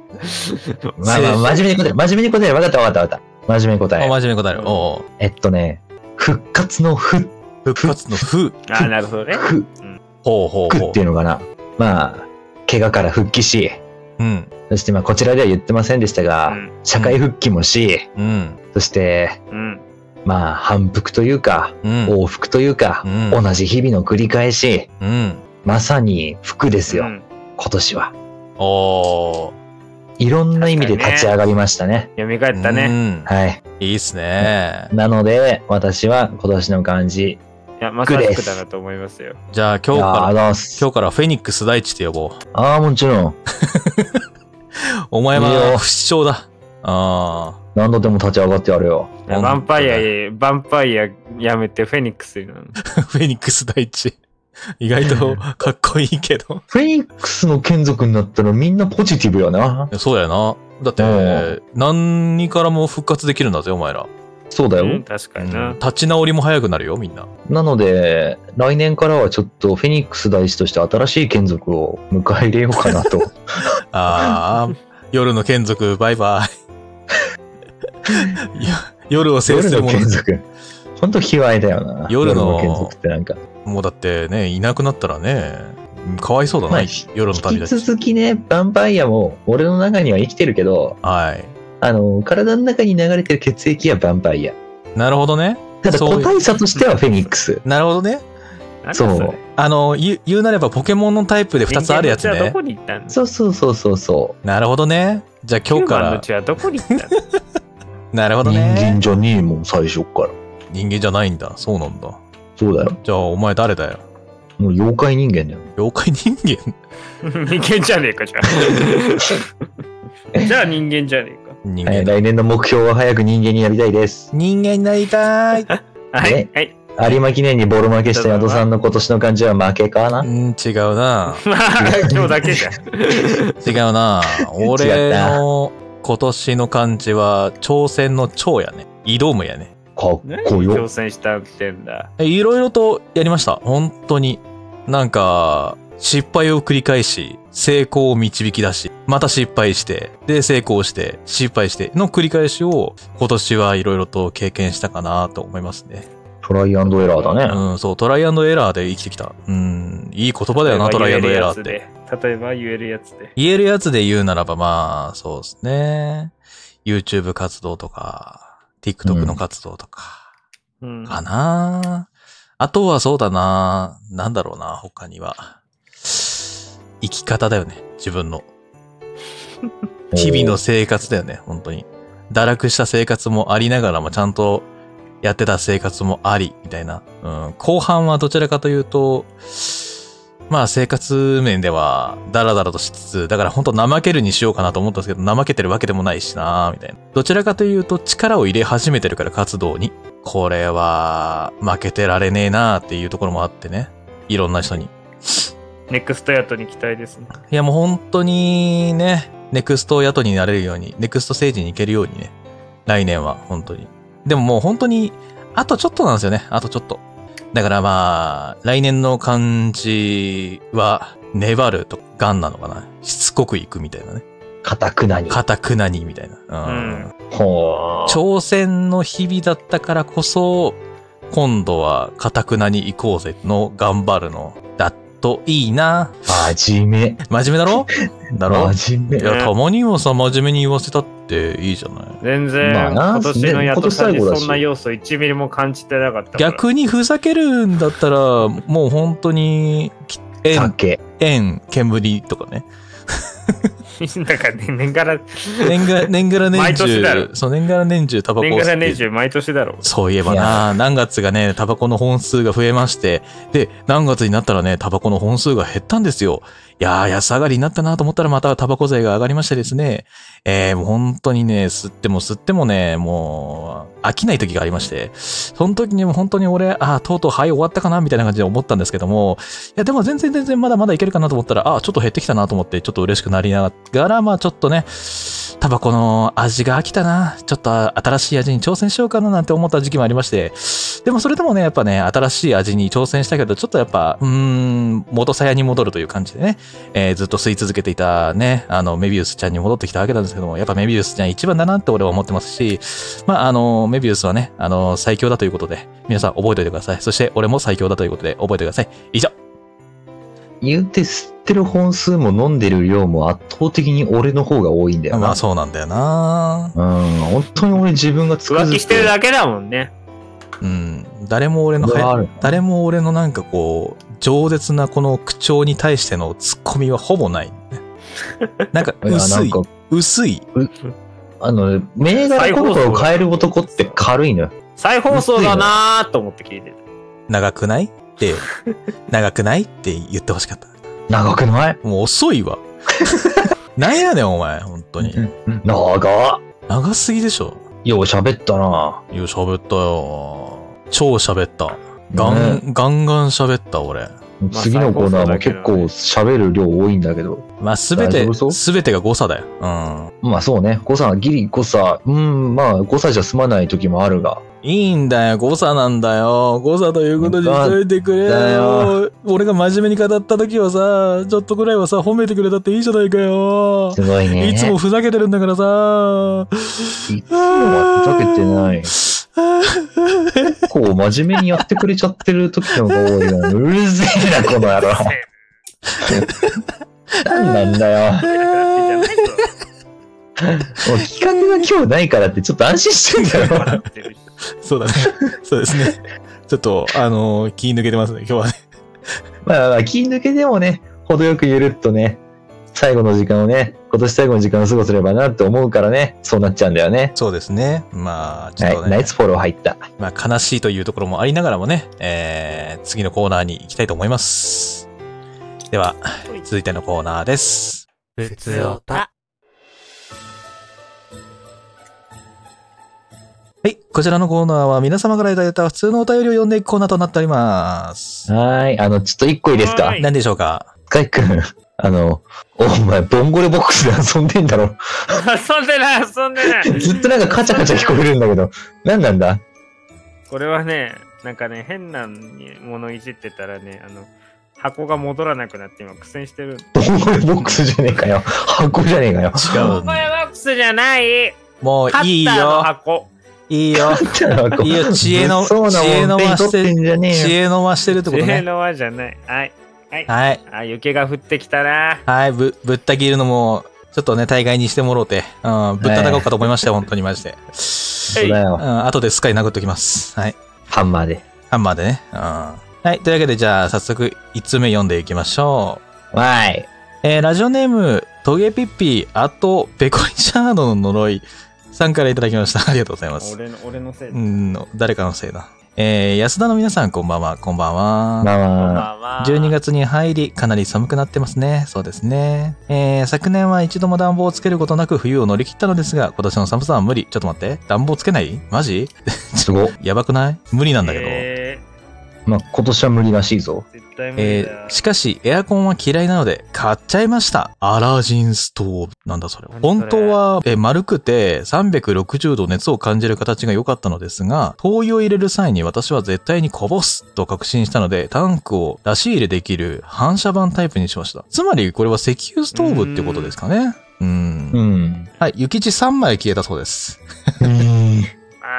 Speaker 5: まあまあ、真面目に答える。真面目に答える。わかったわかったわかった。真面目に答
Speaker 3: あ、
Speaker 5: える。
Speaker 3: 真面目に答える。おう
Speaker 5: えっとね、復活の復、
Speaker 3: おう復活のふ、
Speaker 4: えああなるほどね
Speaker 5: 復
Speaker 3: ほうほうほう
Speaker 5: ってい。うのかな。まあ、怪我から復帰し、
Speaker 3: うん。
Speaker 5: そしてまあこちらでは言ってませんでしたが、
Speaker 4: うん
Speaker 5: 社会復帰もし、
Speaker 3: うん。
Speaker 5: そして、
Speaker 4: うん
Speaker 5: まあ反復というか、
Speaker 3: うん。
Speaker 5: 往復というか、
Speaker 3: うん
Speaker 5: 同じ日々の繰り返し、
Speaker 3: うん。
Speaker 5: まさに服ですよ、
Speaker 4: うん
Speaker 5: 今年は。
Speaker 3: おー。
Speaker 5: いろんな意味で立ち上がりましたね。
Speaker 4: 蘇ったね
Speaker 3: うん。
Speaker 5: はい。
Speaker 3: いいっすね。
Speaker 5: なので、私は今年の漢字、
Speaker 4: いや、まさしくだなと思いますよ。
Speaker 3: じゃあ今
Speaker 5: い
Speaker 3: 日
Speaker 5: やーあ
Speaker 3: から、
Speaker 5: りがとうございます。
Speaker 3: 今日からフェニックス大地って呼ぼう。
Speaker 5: ああ、もちろん、
Speaker 3: お前
Speaker 5: いい
Speaker 3: は
Speaker 5: よ
Speaker 3: 不死鳥だ。あ
Speaker 5: 何度でも立ち上がってやるよ。
Speaker 4: ヴァンパイア、ヴァンパイアやめてフェニックスになる。
Speaker 3: あ。 フェニックス大地。意外とかっこいいけど。
Speaker 5: フェニックスの眷属になったらみんなポジティブよな。
Speaker 3: そうだよな。だって、何からも復活できるんだぜ、お前ら。
Speaker 5: そうだよ。
Speaker 4: うん確かに
Speaker 3: う。
Speaker 4: なん
Speaker 3: 立ち直りも早くなるよ、みんな。
Speaker 5: なので、来年からはちょっとフェニックス大使として新しい眷属を迎え入れようかな と。
Speaker 3: ああ、夜の眷属、バイバ イ。いや夜を制
Speaker 5: 夜
Speaker 3: する
Speaker 5: の
Speaker 3: もの
Speaker 5: 眷。属。ほんと卑猥だよな。
Speaker 3: 夜の
Speaker 5: 眷属ってなんか。
Speaker 3: もうだってね、いなくなったらね、かわいそうだな、
Speaker 5: まあ
Speaker 3: 夜の旅
Speaker 5: 引き
Speaker 3: 立ち。
Speaker 5: 続きね、ヴァンパイアも俺の中には生きてるけど、
Speaker 3: はい。
Speaker 5: あの、体の中に流れてる血液はヴァンパイア。
Speaker 3: なるほどね。
Speaker 5: ただ
Speaker 3: そう
Speaker 5: 個体差としてはフェニックス。
Speaker 3: なるほどね。
Speaker 4: なんだ
Speaker 5: そう
Speaker 4: れ
Speaker 3: あの、言う言うなればポケモンのタイプで2つあるやつ
Speaker 4: 人間の血はど
Speaker 3: ね
Speaker 4: こ。に行ったの
Speaker 5: そうそうそうそうそ
Speaker 3: なるほどね。じゃあ今日
Speaker 4: 今日か。
Speaker 3: から
Speaker 4: の
Speaker 3: ら、
Speaker 4: 血はどこに行っ たの
Speaker 3: なるほ
Speaker 5: う。
Speaker 3: どね。
Speaker 5: じゃねえもん、最初っから。
Speaker 3: 人間じゃないんだ。そうなんだ。
Speaker 5: そうだよ。
Speaker 3: じゃあお前誰だよ。
Speaker 5: もう妖怪人間だよ。
Speaker 3: 妖怪人間
Speaker 4: 人間じゃねえか、じゃ あ。じゃあ人間じゃね
Speaker 3: 人
Speaker 5: はい、
Speaker 3: 間。
Speaker 5: 来年の目標は早く人間になりたいです。
Speaker 3: 人間になりたい。
Speaker 4: えか。はい
Speaker 5: ね。
Speaker 4: はい。
Speaker 5: 有馬記念にボロ負けした宿さんの今年の感じは負けかな
Speaker 3: うん、違うな。
Speaker 4: まあ、今日だけじゃん。
Speaker 3: 違うな俺の今年の漢字は挑戦の挑やね。挑むやね。
Speaker 5: かっ
Speaker 4: 何
Speaker 5: こ
Speaker 4: 挑
Speaker 5: よ。
Speaker 4: 戦したってんだ。
Speaker 3: えいろいろとやりました。本当に。なんか、失敗を繰り返し、成功を導き出し、また失敗して、で、成功して、失敗して、の繰り返しを、今年はいろいろと経験したかなと思いますね。
Speaker 5: トライアンドエラーだね。
Speaker 3: うん、そう、トライアンドエラーで生きてきた。うん、いい言葉だよな、トライアンドエラーって。
Speaker 4: 例えば言えるやつで。
Speaker 3: 言えるやつで言うならば、まあ、そうですね。YouTube 活動とか、TikTok の活動とか。
Speaker 4: うん。
Speaker 3: かなあとはそうだななんだろうな他には。生き方だよね。自分の。日々の生活だよね。本当に。堕落した生活もありながらも、ちゃんとやってた生活もあり、みたいな。うん。後半はどちらかというと、まあ生活面ではダラダラとしつつ、だから本当怠けるにしようかなと思ったんですけど、怠けてるわけでもないしなみたいな。どちらかというと力を入れ始めてるから活動に。これは負けてられねえなっていうところもあってね。いろんな人に。
Speaker 4: ネクストヤトに期待ですね。
Speaker 3: いやもう本当にね、ネクスト雇になれるように、ネクストステージに行けるようにね。来年は本当に。でももう本当に、あとちょっとなんですよね。あとちょっと。だからまあ、来年の漢字は、粘るとガンなのかな。しつこく行くみたいなね。
Speaker 5: かたくなに。
Speaker 3: かたくなにみたいな。うん。
Speaker 4: うん
Speaker 5: ほー
Speaker 3: 挑戦の日々だったからこそ、今度はかたくなに行こうぜの頑張るの。だといいな。
Speaker 5: 真面目。
Speaker 3: 真面目だろだろ
Speaker 5: 真面目
Speaker 3: い。や、たまにはさ、真面目に言わせたっていいじゃない。
Speaker 4: 全然、
Speaker 5: まあな
Speaker 4: 今年のヤトさんにそんな要素1ミリも感じてなかったから。
Speaker 3: 逆にふざけるんだったら、もう本当に、き縁、
Speaker 5: 酒。
Speaker 3: 縁、煙とかね。
Speaker 4: だからね、年がら、
Speaker 3: 年がら、年がら年
Speaker 4: 毎年だ
Speaker 3: 中、
Speaker 4: ろ
Speaker 3: そう、年がら年中タバコを吸っ
Speaker 4: 年
Speaker 3: て
Speaker 4: がら年中毎年だろう。
Speaker 3: そういえばな、何月がね、タバコの本数が増えまして、で、何月になったらね、タバコの本数が減ったんですよ。いやー、安上がりになったなと思ったら、またタバコ税が上がりましてですね、えー、もう本当にね、吸っても吸ってもね、もう、飽きない時がありまして、その時にも本当に俺、あーとうとうはい終わったかな、みたいな感じで思ったんですけども、いや、でも全然全然まだまだいけるかなと思ったら、あーちょっと減ってきたなと思って、ちょっと嬉しくなりながら、まあちょっとね、タバコの味が飽きたな。ちょっと新しい味に挑戦しようかななんて思った時期もありまして。でもそれでもね、やっぱね、新しい味に挑戦したけど、ちょっとやっぱ、うーん、元さやに戻るという感じでね、えーずっと吸い続けていたね、あの、メビウスちゃんに戻ってきたわけなんですけども、やっぱメビウスちゃん一番だなって俺は思ってますし、まあ、あの、メビウスはね、あの、最強だということで、皆さん覚えておいてください。そして俺も最強だということで、覚えてください。以上。
Speaker 5: 言うて吸ってる本数も飲んでる量も圧倒的に俺の方が多いんだよな。
Speaker 3: まあ、そうなんだよな
Speaker 5: うん、本当に俺自分がつくづ
Speaker 4: 浮
Speaker 5: く
Speaker 4: 気してるだけだもんね。
Speaker 3: うん。誰も俺の
Speaker 5: これ
Speaker 3: はや
Speaker 5: はある
Speaker 3: 誰も俺のなんかこう、饒舌なこの口調に対してのツッコミはほぼない。なんか
Speaker 5: いやな
Speaker 3: 薄
Speaker 5: ん
Speaker 3: い
Speaker 5: か、
Speaker 3: 薄い。
Speaker 5: あの、銘柄コロコロ変える男って軽いのよ。
Speaker 4: 再放送だなーと思って聞いてる。
Speaker 3: 長くない って、長くないって言ってほしかった。
Speaker 5: 長くない
Speaker 3: もう遅 いわ。なんやねん、お前。本当に。
Speaker 5: 長っ
Speaker 3: 長すぎでしょ。
Speaker 5: よう喋ったない
Speaker 3: や、喋ったよ。超喋った。ガン、
Speaker 5: ね
Speaker 3: ガンガン喋った、俺。
Speaker 4: まあ
Speaker 5: 次のコーナーも
Speaker 4: 最
Speaker 5: 結構
Speaker 4: 高
Speaker 5: 喋る量多いんだけど。
Speaker 3: まあ、すべて
Speaker 5: 大丈夫そ、う
Speaker 3: すべてが誤差だよ。うん。
Speaker 5: まあそうね、誤差、ギリ誤差、うん、まあ誤差じゃ済まない時もあるが。
Speaker 3: いいんだよ、誤差なんだよ。誤差ということにしといてくれ
Speaker 5: だ
Speaker 3: よ
Speaker 5: よ。
Speaker 3: 俺が真面目に語った時はさ、ちょっとぐらいはさ、褒めてくれたっていいじゃないかよ。
Speaker 5: すごいね。
Speaker 3: いつもふざけてるんだからさ。
Speaker 5: いつもはふざけてない。結構真面目にやってくれちゃってる時の方が多いな。うるせえな、この野郎。何なんだよ。もう企画が今日ないからってちょっと安心してんだよ。
Speaker 3: そう だね。そうですね。ちょっと、あのー気抜けてますね、今日はね。
Speaker 5: まあまあ、気抜けでもね、程よくゆるっとね、最後の時間をね、今年最後の時間を過ごせればなって思うからね、そうなっちゃうんだよね。
Speaker 3: そうですね。まあ、ちょ
Speaker 5: は
Speaker 3: っ
Speaker 5: い
Speaker 3: と、ね、
Speaker 5: ナイスフォロー入った。
Speaker 3: まあ、悲しいというところもありながらもね、えー、次のコーナーに行きたいと思います。では、続いてのコーナーです。
Speaker 2: 普通オタ
Speaker 3: はい。こちらのコーナーは皆様からいただいた普通のお便りを読んでいくコーナーとなっております。
Speaker 5: はーい。あの、ちょっと一個いいです
Speaker 4: は
Speaker 5: か
Speaker 4: い
Speaker 3: 何でしょうか
Speaker 5: カイ君、あの、お前、ボンゴレボックスで遊んでんだろ。
Speaker 4: 遊んでない、遊んでない。
Speaker 5: ずっとなんかカチャカチャ聞こえるんだけど、何なんだ
Speaker 4: これはね、なんかね、変なものいじってたらね、あの、箱が戻らなくなって今苦戦してる。
Speaker 5: ドームボックスじゃねえかよ。箱じゃねえかよ。
Speaker 3: 違
Speaker 4: ド
Speaker 3: う
Speaker 4: ームボックスじゃない
Speaker 3: もう
Speaker 4: カ
Speaker 3: い
Speaker 4: ッ
Speaker 3: い
Speaker 4: ターの
Speaker 3: よ。
Speaker 4: 箱。
Speaker 3: いいよ。いい よ、知恵の、知
Speaker 5: そうな
Speaker 3: 恵の
Speaker 5: もん、手に
Speaker 3: 回
Speaker 5: 取
Speaker 3: し
Speaker 5: って
Speaker 3: て、
Speaker 5: んじゃね
Speaker 3: 知
Speaker 5: えよ。
Speaker 3: 恵の回してるってこと
Speaker 4: 知恵
Speaker 3: ね。
Speaker 4: の輪じゃない。はい。はい。
Speaker 3: はい。
Speaker 4: あ、雪が降ってきたな。
Speaker 3: はい、ぶ、ぶった切るのも、ちょっとね、大概にしてもろうて、うん、ぶったたこうかと思いましたよ、本当にマジで。
Speaker 5: そうだ
Speaker 3: う
Speaker 5: よ。
Speaker 3: ん、後でスカイ殴っときます。はい。
Speaker 5: ハンマーで。
Speaker 3: ハンマーでね。うん。はい。というわけで、じゃあ、早速、1通目読んでいきましょう。
Speaker 5: わーい。
Speaker 3: えーラジオネーム、トゲピッピ、あと、ペコリシャードの呪いさんからいただきました。 ありがとうございます。
Speaker 4: 俺の、俺のせいうだ。
Speaker 3: ん、誰かのせいだ。えー安田の皆さん、こんばんは、こんばんは。
Speaker 5: まあまあ。
Speaker 4: まあまあ
Speaker 3: 12。月に入り、かなり寒くなってますね。そうですね。えー、昨年は一度も暖房をつけることなく冬を乗り切ったのですが、今年の寒さは無理。ちょっと待って。暖房つけないマジ
Speaker 5: すご。
Speaker 3: やばくない無理なんだけど。え
Speaker 4: え
Speaker 5: まあ、今年は無理らしいぞ。
Speaker 4: ー、絶対無理だ。
Speaker 3: ーしかし、エアコンは嫌いなので、買っちゃいました。アラジンストーブ。なんだそれ
Speaker 4: 何。それ
Speaker 3: 本当は、えー丸くて、360度熱を感じる形が良かったのですが、灯油を入れる際に私は絶対にこぼすと確信したので、タンクを出し入れできる反射板タイプにしました。つまり、これは石油ストーブってことですかね。うーん。
Speaker 5: うん。
Speaker 3: はい、雪地3枚消えたそうです。
Speaker 5: うん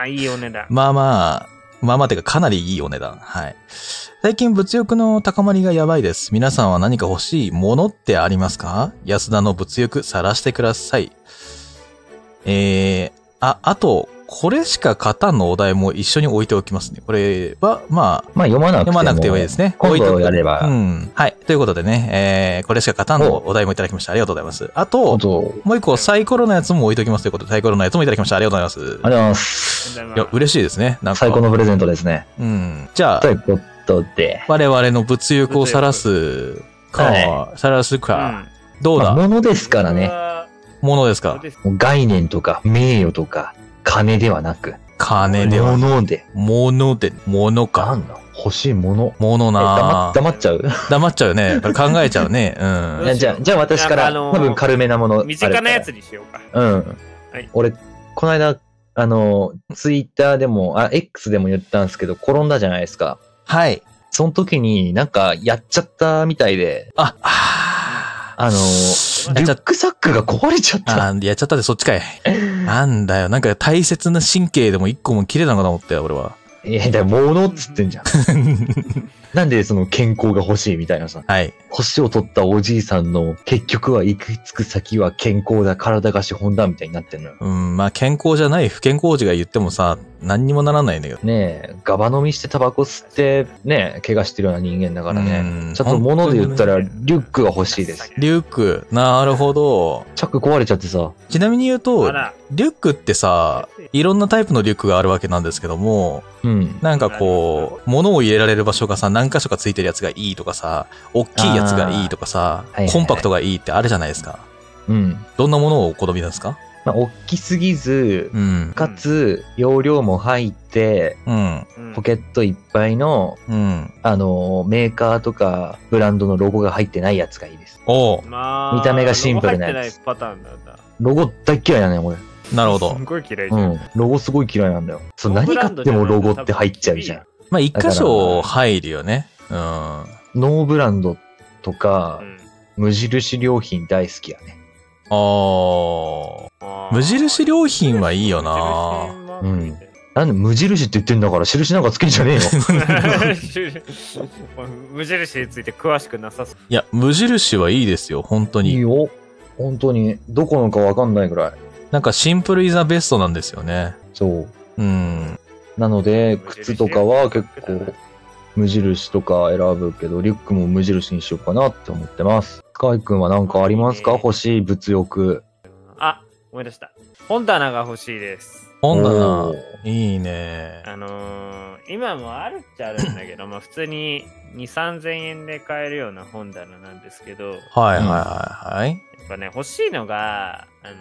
Speaker 4: あー、いいお値段。
Speaker 3: まあまあ、まあまあてかかなりいいお値段。はい。最近物欲の高まりがやばいです。皆さんは何か欲しいものってありますか安田の物欲晒してください。えー、あ、あと、これしか勝たんのお題も一緒に置いておきますね。これは、まあ、
Speaker 5: まあ、読まなくて
Speaker 3: 読
Speaker 5: も。
Speaker 3: まなくてもいいですね。
Speaker 5: 今度
Speaker 3: 置いておく
Speaker 5: やれば
Speaker 3: うん。はい。ということでね、えー、これしか勝たんのお題もいただきました。ありがとうございます。あと、
Speaker 5: そう。
Speaker 3: もう一個サイコロのやつも置いておきますということで、サイコロのやつもいただきました。ありがとうござい
Speaker 5: あ
Speaker 3: ま
Speaker 5: りがとうございますす。
Speaker 3: す。いや、嬉しいですね。なんか。
Speaker 5: 最高のプレゼントですね。
Speaker 3: うん。じゃあ
Speaker 5: と、いうことで。
Speaker 3: 我々の物欲を晒すか、
Speaker 5: は
Speaker 3: 晒すか、どう
Speaker 5: ま
Speaker 3: だ、
Speaker 5: あ、ものですから
Speaker 4: う
Speaker 5: ね。
Speaker 4: わ
Speaker 3: ものです
Speaker 4: ー。どう
Speaker 3: か
Speaker 4: ですか
Speaker 5: もう概念とか名誉とか金ではなく、
Speaker 3: 金では
Speaker 5: も。ので。
Speaker 3: もので、もの
Speaker 5: な
Speaker 3: か。
Speaker 5: んだ欲しいもの。
Speaker 3: もの
Speaker 5: え黙
Speaker 3: な
Speaker 5: っ黙っちゃう
Speaker 3: 黙っちゃうよね。やっぱり考えちゃうね。う
Speaker 5: い
Speaker 4: ど
Speaker 5: うや
Speaker 4: しよう
Speaker 3: ん。
Speaker 5: じゃあ、じゃあ私か、
Speaker 4: なんからあのー
Speaker 5: 多分軽めなもの。
Speaker 4: 身近なや
Speaker 5: あ
Speaker 4: つにしようか。
Speaker 5: るから。うん。
Speaker 4: はい
Speaker 5: 俺、この間、あの、ツイッターでも、あ、X でも言ったんですけど、転んだじゃないですか。
Speaker 3: はい。
Speaker 5: その時になんかやっちゃったみたいで、
Speaker 3: あ、あ
Speaker 5: あの、
Speaker 3: ー、や
Speaker 5: リ
Speaker 3: っち
Speaker 5: ュ
Speaker 3: ゃ
Speaker 5: ッ
Speaker 3: っ、
Speaker 5: クサックが壊れちゃったた。
Speaker 3: あーやっちゃったでそっちかい。なんだよ。なんか大切な神経でも一個も切れたのかと思ったよ、俺は。
Speaker 5: いや、だものっつってんじ ゃん。なんでその健康が欲しいみたいなさ。
Speaker 3: はい。
Speaker 5: 年を取ったおじいさんの結局は行き着く先は健康だ、体が資本だみたいになってんのよ。
Speaker 3: うん、まあ健康じゃない不健康児が言ってもさ、何にもならないんだけど。
Speaker 5: ねえ、ガバ飲みしてタバコ吸ってね、怪我してるような人間だから
Speaker 3: うん
Speaker 5: ね。ちょっと物で言ったらリュックが欲しいです。
Speaker 3: リュック、なるほど。
Speaker 5: チャック壊れちゃってさ。
Speaker 3: ちなみに言うと
Speaker 4: あ、ら、
Speaker 3: リュックってさ、いろんなタイプのリュックがあるわけなんですけども、
Speaker 5: うん。
Speaker 3: なんかこう、物を入れられる場所がさ、何箇所かついてるやつがいいとかさ、大きいやつがいいとかさ
Speaker 5: あーはいはいは、い
Speaker 3: コンパクトがいいってあるじゃないですか。
Speaker 5: うん。
Speaker 3: どんなものをお好みなんですか
Speaker 5: まあ、大きすぎず
Speaker 3: う、ん。
Speaker 5: かつ、容量も入って、
Speaker 3: うん。
Speaker 4: うん
Speaker 5: ポケットいっぱいの、
Speaker 3: うん。
Speaker 5: あの、メーカーとかブランドのロゴが入ってないやつがいいです。
Speaker 3: おう
Speaker 4: まあ、
Speaker 5: 見た目がシンプルなやつ
Speaker 4: ロゴ入ってないパターンなんだ。
Speaker 5: ロゴ大っ嫌いなのよ、俺。
Speaker 3: なるほど
Speaker 4: す。ごい嫌いじゃ。
Speaker 5: うんん。ロゴすごい嫌いなんだよ。そう、
Speaker 4: ロ
Speaker 5: 何
Speaker 4: ゴブラ
Speaker 5: 買
Speaker 4: ンド
Speaker 5: っ
Speaker 4: じ
Speaker 5: て
Speaker 4: ゃない
Speaker 5: もロゴって入っちゃうじゃん。
Speaker 3: まあ、一箇所入るよね。うん。あ
Speaker 5: ノーブランドとか
Speaker 4: う、ん
Speaker 5: 無印良品大好きやね。
Speaker 3: ー。
Speaker 4: あー
Speaker 3: 無印良品はいいよな
Speaker 4: 無印
Speaker 5: なんで無印って言ってんだから、印なんかつけんじゃねえ よ。
Speaker 4: マークみたいな 無印について詳しくなさそう。
Speaker 3: いや、無印はいいですよ、本当
Speaker 5: いい
Speaker 3: に。
Speaker 5: よ。本当に。どこのかわかんないぐらい。
Speaker 3: なんかシンプルイザベストなんですよね。
Speaker 5: そう。
Speaker 3: うん。
Speaker 5: なので、靴とかは結構、無印とか選ぶけど、リュックも無印にしようかなって思ってます。カイ君は何かありますか
Speaker 4: えー
Speaker 5: 欲しい物欲。
Speaker 4: あ、思い出した。本棚が欲しいです。
Speaker 3: 本
Speaker 5: お
Speaker 3: 棚
Speaker 5: ー。
Speaker 3: いいね。
Speaker 4: あのー、今もあるっちゃあるんだけ ど、まあ普通に2、3000円で買えるような本棚なんですけど、や
Speaker 3: はいはいはいはい。
Speaker 4: っぱね、欲しいのが、あの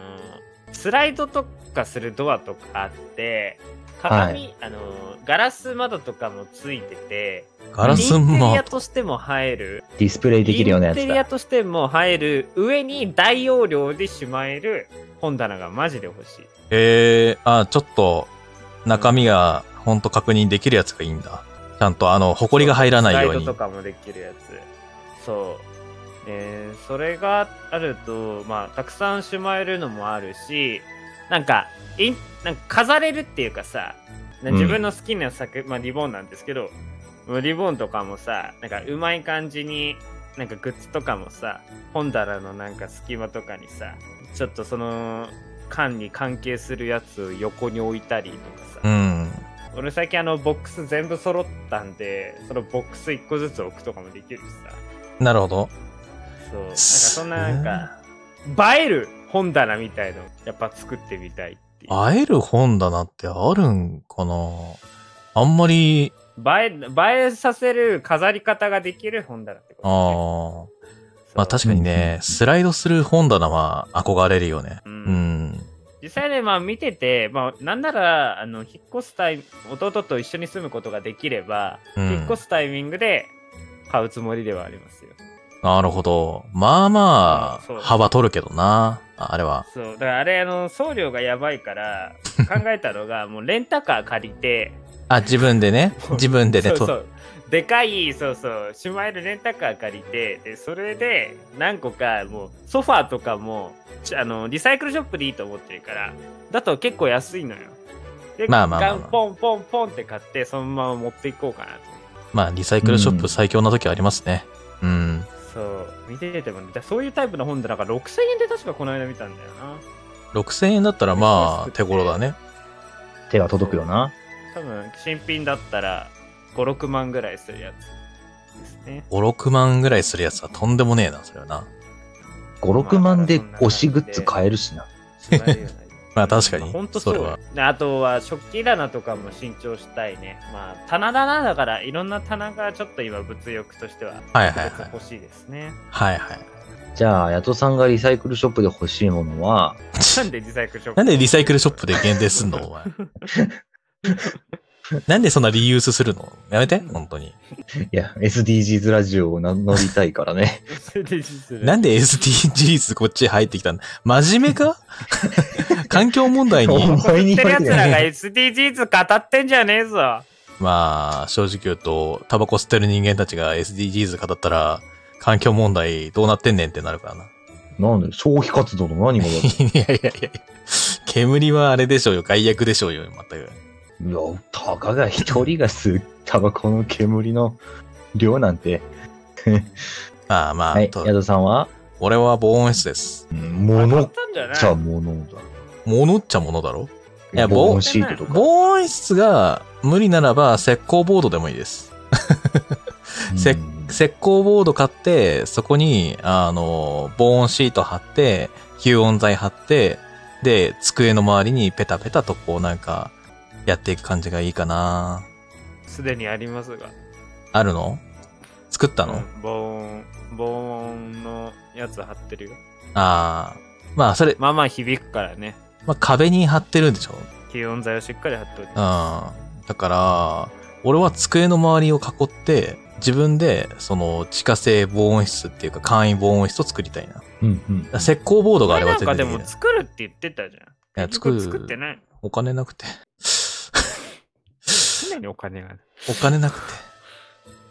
Speaker 4: ー、スライドとかするドアとかあって、鏡、
Speaker 5: は
Speaker 4: あのー、ガラス窓とかもついてて、
Speaker 3: ガラス
Speaker 4: インテリ
Speaker 3: も
Speaker 4: ア。としても映える。
Speaker 5: ディスプレイできるようなや
Speaker 4: イン
Speaker 5: つ
Speaker 4: テリ
Speaker 5: だ。
Speaker 4: アとしても映える上に大容量でしまえる本棚がマジで欲しい。
Speaker 3: えー、あ、ちょっと、中身がほんと確認できるやつがいいんだ。ちゃんとあの、埃が入らないよう
Speaker 4: スライ
Speaker 3: に
Speaker 4: ドと。かもできるやつ。そう。えーそれがあると、まあ、たくさんしまえるのもあるし、なんか、いなんか飾れるっていうかさ、な
Speaker 3: うん
Speaker 4: 自分の好きな作、まあ、リボンなんですけど、リボンとかもさ、なんか、うまい感じに、なんかグッズとかもさ、本棚のなんか隙間とかにさ、ちょっとその、缶に関係するやつを横に置いたりとかさ、
Speaker 3: うん。
Speaker 4: 俺最近あのボックス全部揃ったんでそのボックス1個ずつ置くとかもできるし
Speaker 3: なるほど。
Speaker 4: さそうなんかそんななんか映える本棚みたいのやっぱ作ってみたいっていう
Speaker 3: 会える本棚ってあるんかなあんまり、
Speaker 4: 映え映えさせる飾り方ができる本棚ってこ
Speaker 3: あ
Speaker 4: と
Speaker 3: あ。
Speaker 4: ねそう
Speaker 3: まあ確かにね、スライドする本棚は憧れるよね。
Speaker 4: う
Speaker 3: うんん。
Speaker 4: 実際ねまあ見てて、まあ、なんならあの引っ越すタイミ弟と一緒に住むことができれば、
Speaker 3: うん
Speaker 4: 引っ越すタイミングで買うつもりではありますよ
Speaker 3: なるほど。まあま
Speaker 4: うんそう
Speaker 3: あ、幅取るけどな。ああれは。
Speaker 4: そうだからあれあの送料がやばいから考えた のがもうレンタカー借りて。
Speaker 3: あ、自分でね自分でね、
Speaker 4: そうそ
Speaker 3: と。
Speaker 4: うでかいそうそうしまえるレンタカー借りてでそれで何個かもうソファーとかもちあのリサイクルショップでいいと思ってるからだと結構安いのよで
Speaker 3: まあまあまあまあ
Speaker 4: ガンポンポンポンって買ってそのまま持っていこうかなと
Speaker 3: まあ、リサイクルショッ
Speaker 5: うん
Speaker 3: プ最強な時はありますね。うん。
Speaker 4: そう見ててもねだそういうタイプの本棚が6000円で確かこの間見たんだよな
Speaker 3: 6000円だったらまあ、手頃だね。
Speaker 5: 手が届くよな。
Speaker 4: 多分新品だったら56万ぐらいするやつです ね
Speaker 3: 5、6万ぐらいするやつはとんでもねえな、それはな。
Speaker 5: 5、6万で推しグッズ買えるしな。
Speaker 3: まあ確かに
Speaker 4: 本当そう
Speaker 3: それは
Speaker 4: であとは食器棚とかも新調したいねまあ棚棚だからいろんな棚がちょっと今物欲としては
Speaker 3: はいはいはい
Speaker 4: 欲しいですね
Speaker 3: はいはい。
Speaker 5: じゃあ、ヤトさんがリサイクルショップで欲しいものは、
Speaker 4: なんでリサイクルショップ
Speaker 3: なんでリサイクルショップで限定すんのお前。なんでそんなリユースするのやめて、本当に。
Speaker 5: いや、SDGs ラジオを名乗りたいから ね。
Speaker 4: ル
Speaker 3: なんで SDGs こっち入ってきたんだ真面目か環境問題
Speaker 5: お
Speaker 3: に。
Speaker 5: 前
Speaker 4: 言
Speaker 5: に
Speaker 4: って
Speaker 5: 言
Speaker 4: る
Speaker 5: われて
Speaker 4: 奴ら
Speaker 5: ね
Speaker 4: が SDGs 語ってんじゃねえぞ
Speaker 3: まあ、正直言うと、タバコ吸ってる人間たちが SDGs 語ったら、環境問題どうなってんねんってなるからな。
Speaker 5: なんで、消費活動の何がだろう
Speaker 3: い やいやいやいや。煙はあれでしょうよ。害悪でしょうよ。まったく。
Speaker 5: いや、たかが一人が吸うタバコの煙の量なんて。
Speaker 3: まあまあ、
Speaker 5: はい、
Speaker 3: と
Speaker 5: ヤドさんは、
Speaker 3: 俺は防音室です。
Speaker 5: うん
Speaker 4: 語
Speaker 5: 物
Speaker 4: ったんじゃない
Speaker 5: じゃ物だ。
Speaker 3: 物っちゃ物だろいや
Speaker 5: 防
Speaker 3: 防
Speaker 5: 音シートとか。
Speaker 3: 防音室が無理ならば石膏ボードでもいいです。せ
Speaker 5: うん
Speaker 3: 石膏ボード買って、そこに、あの、防音シート貼って、吸音材貼って、で、机の周りにペタペタとこうなんか、やっていく感じがいいかな
Speaker 4: すでにありますが
Speaker 3: あるの作ったの、
Speaker 4: うん防音防音のやつ貼ってるよ
Speaker 3: ああ。まあ、それ、
Speaker 4: まあまあ響くからね
Speaker 3: まあ、壁に貼ってるんでしょ
Speaker 4: 吸音材をしっかり貼っておい
Speaker 3: う
Speaker 4: て
Speaker 3: ん。だから、俺は机の周りを囲って、自分で、その、地下製防音室っていうか、簡易防音室を作りたいな。
Speaker 5: うんうん。
Speaker 3: 石膏ボードがあ
Speaker 4: こ
Speaker 3: れば
Speaker 4: れなん
Speaker 3: 全
Speaker 4: か
Speaker 3: 然
Speaker 4: で
Speaker 3: でき
Speaker 4: も
Speaker 3: る。
Speaker 4: 作るって言ってたじゃん
Speaker 3: いや
Speaker 4: 結局
Speaker 3: 作る
Speaker 4: 作ってない
Speaker 3: お金なくて。
Speaker 4: 常にお金が
Speaker 3: お金なくて。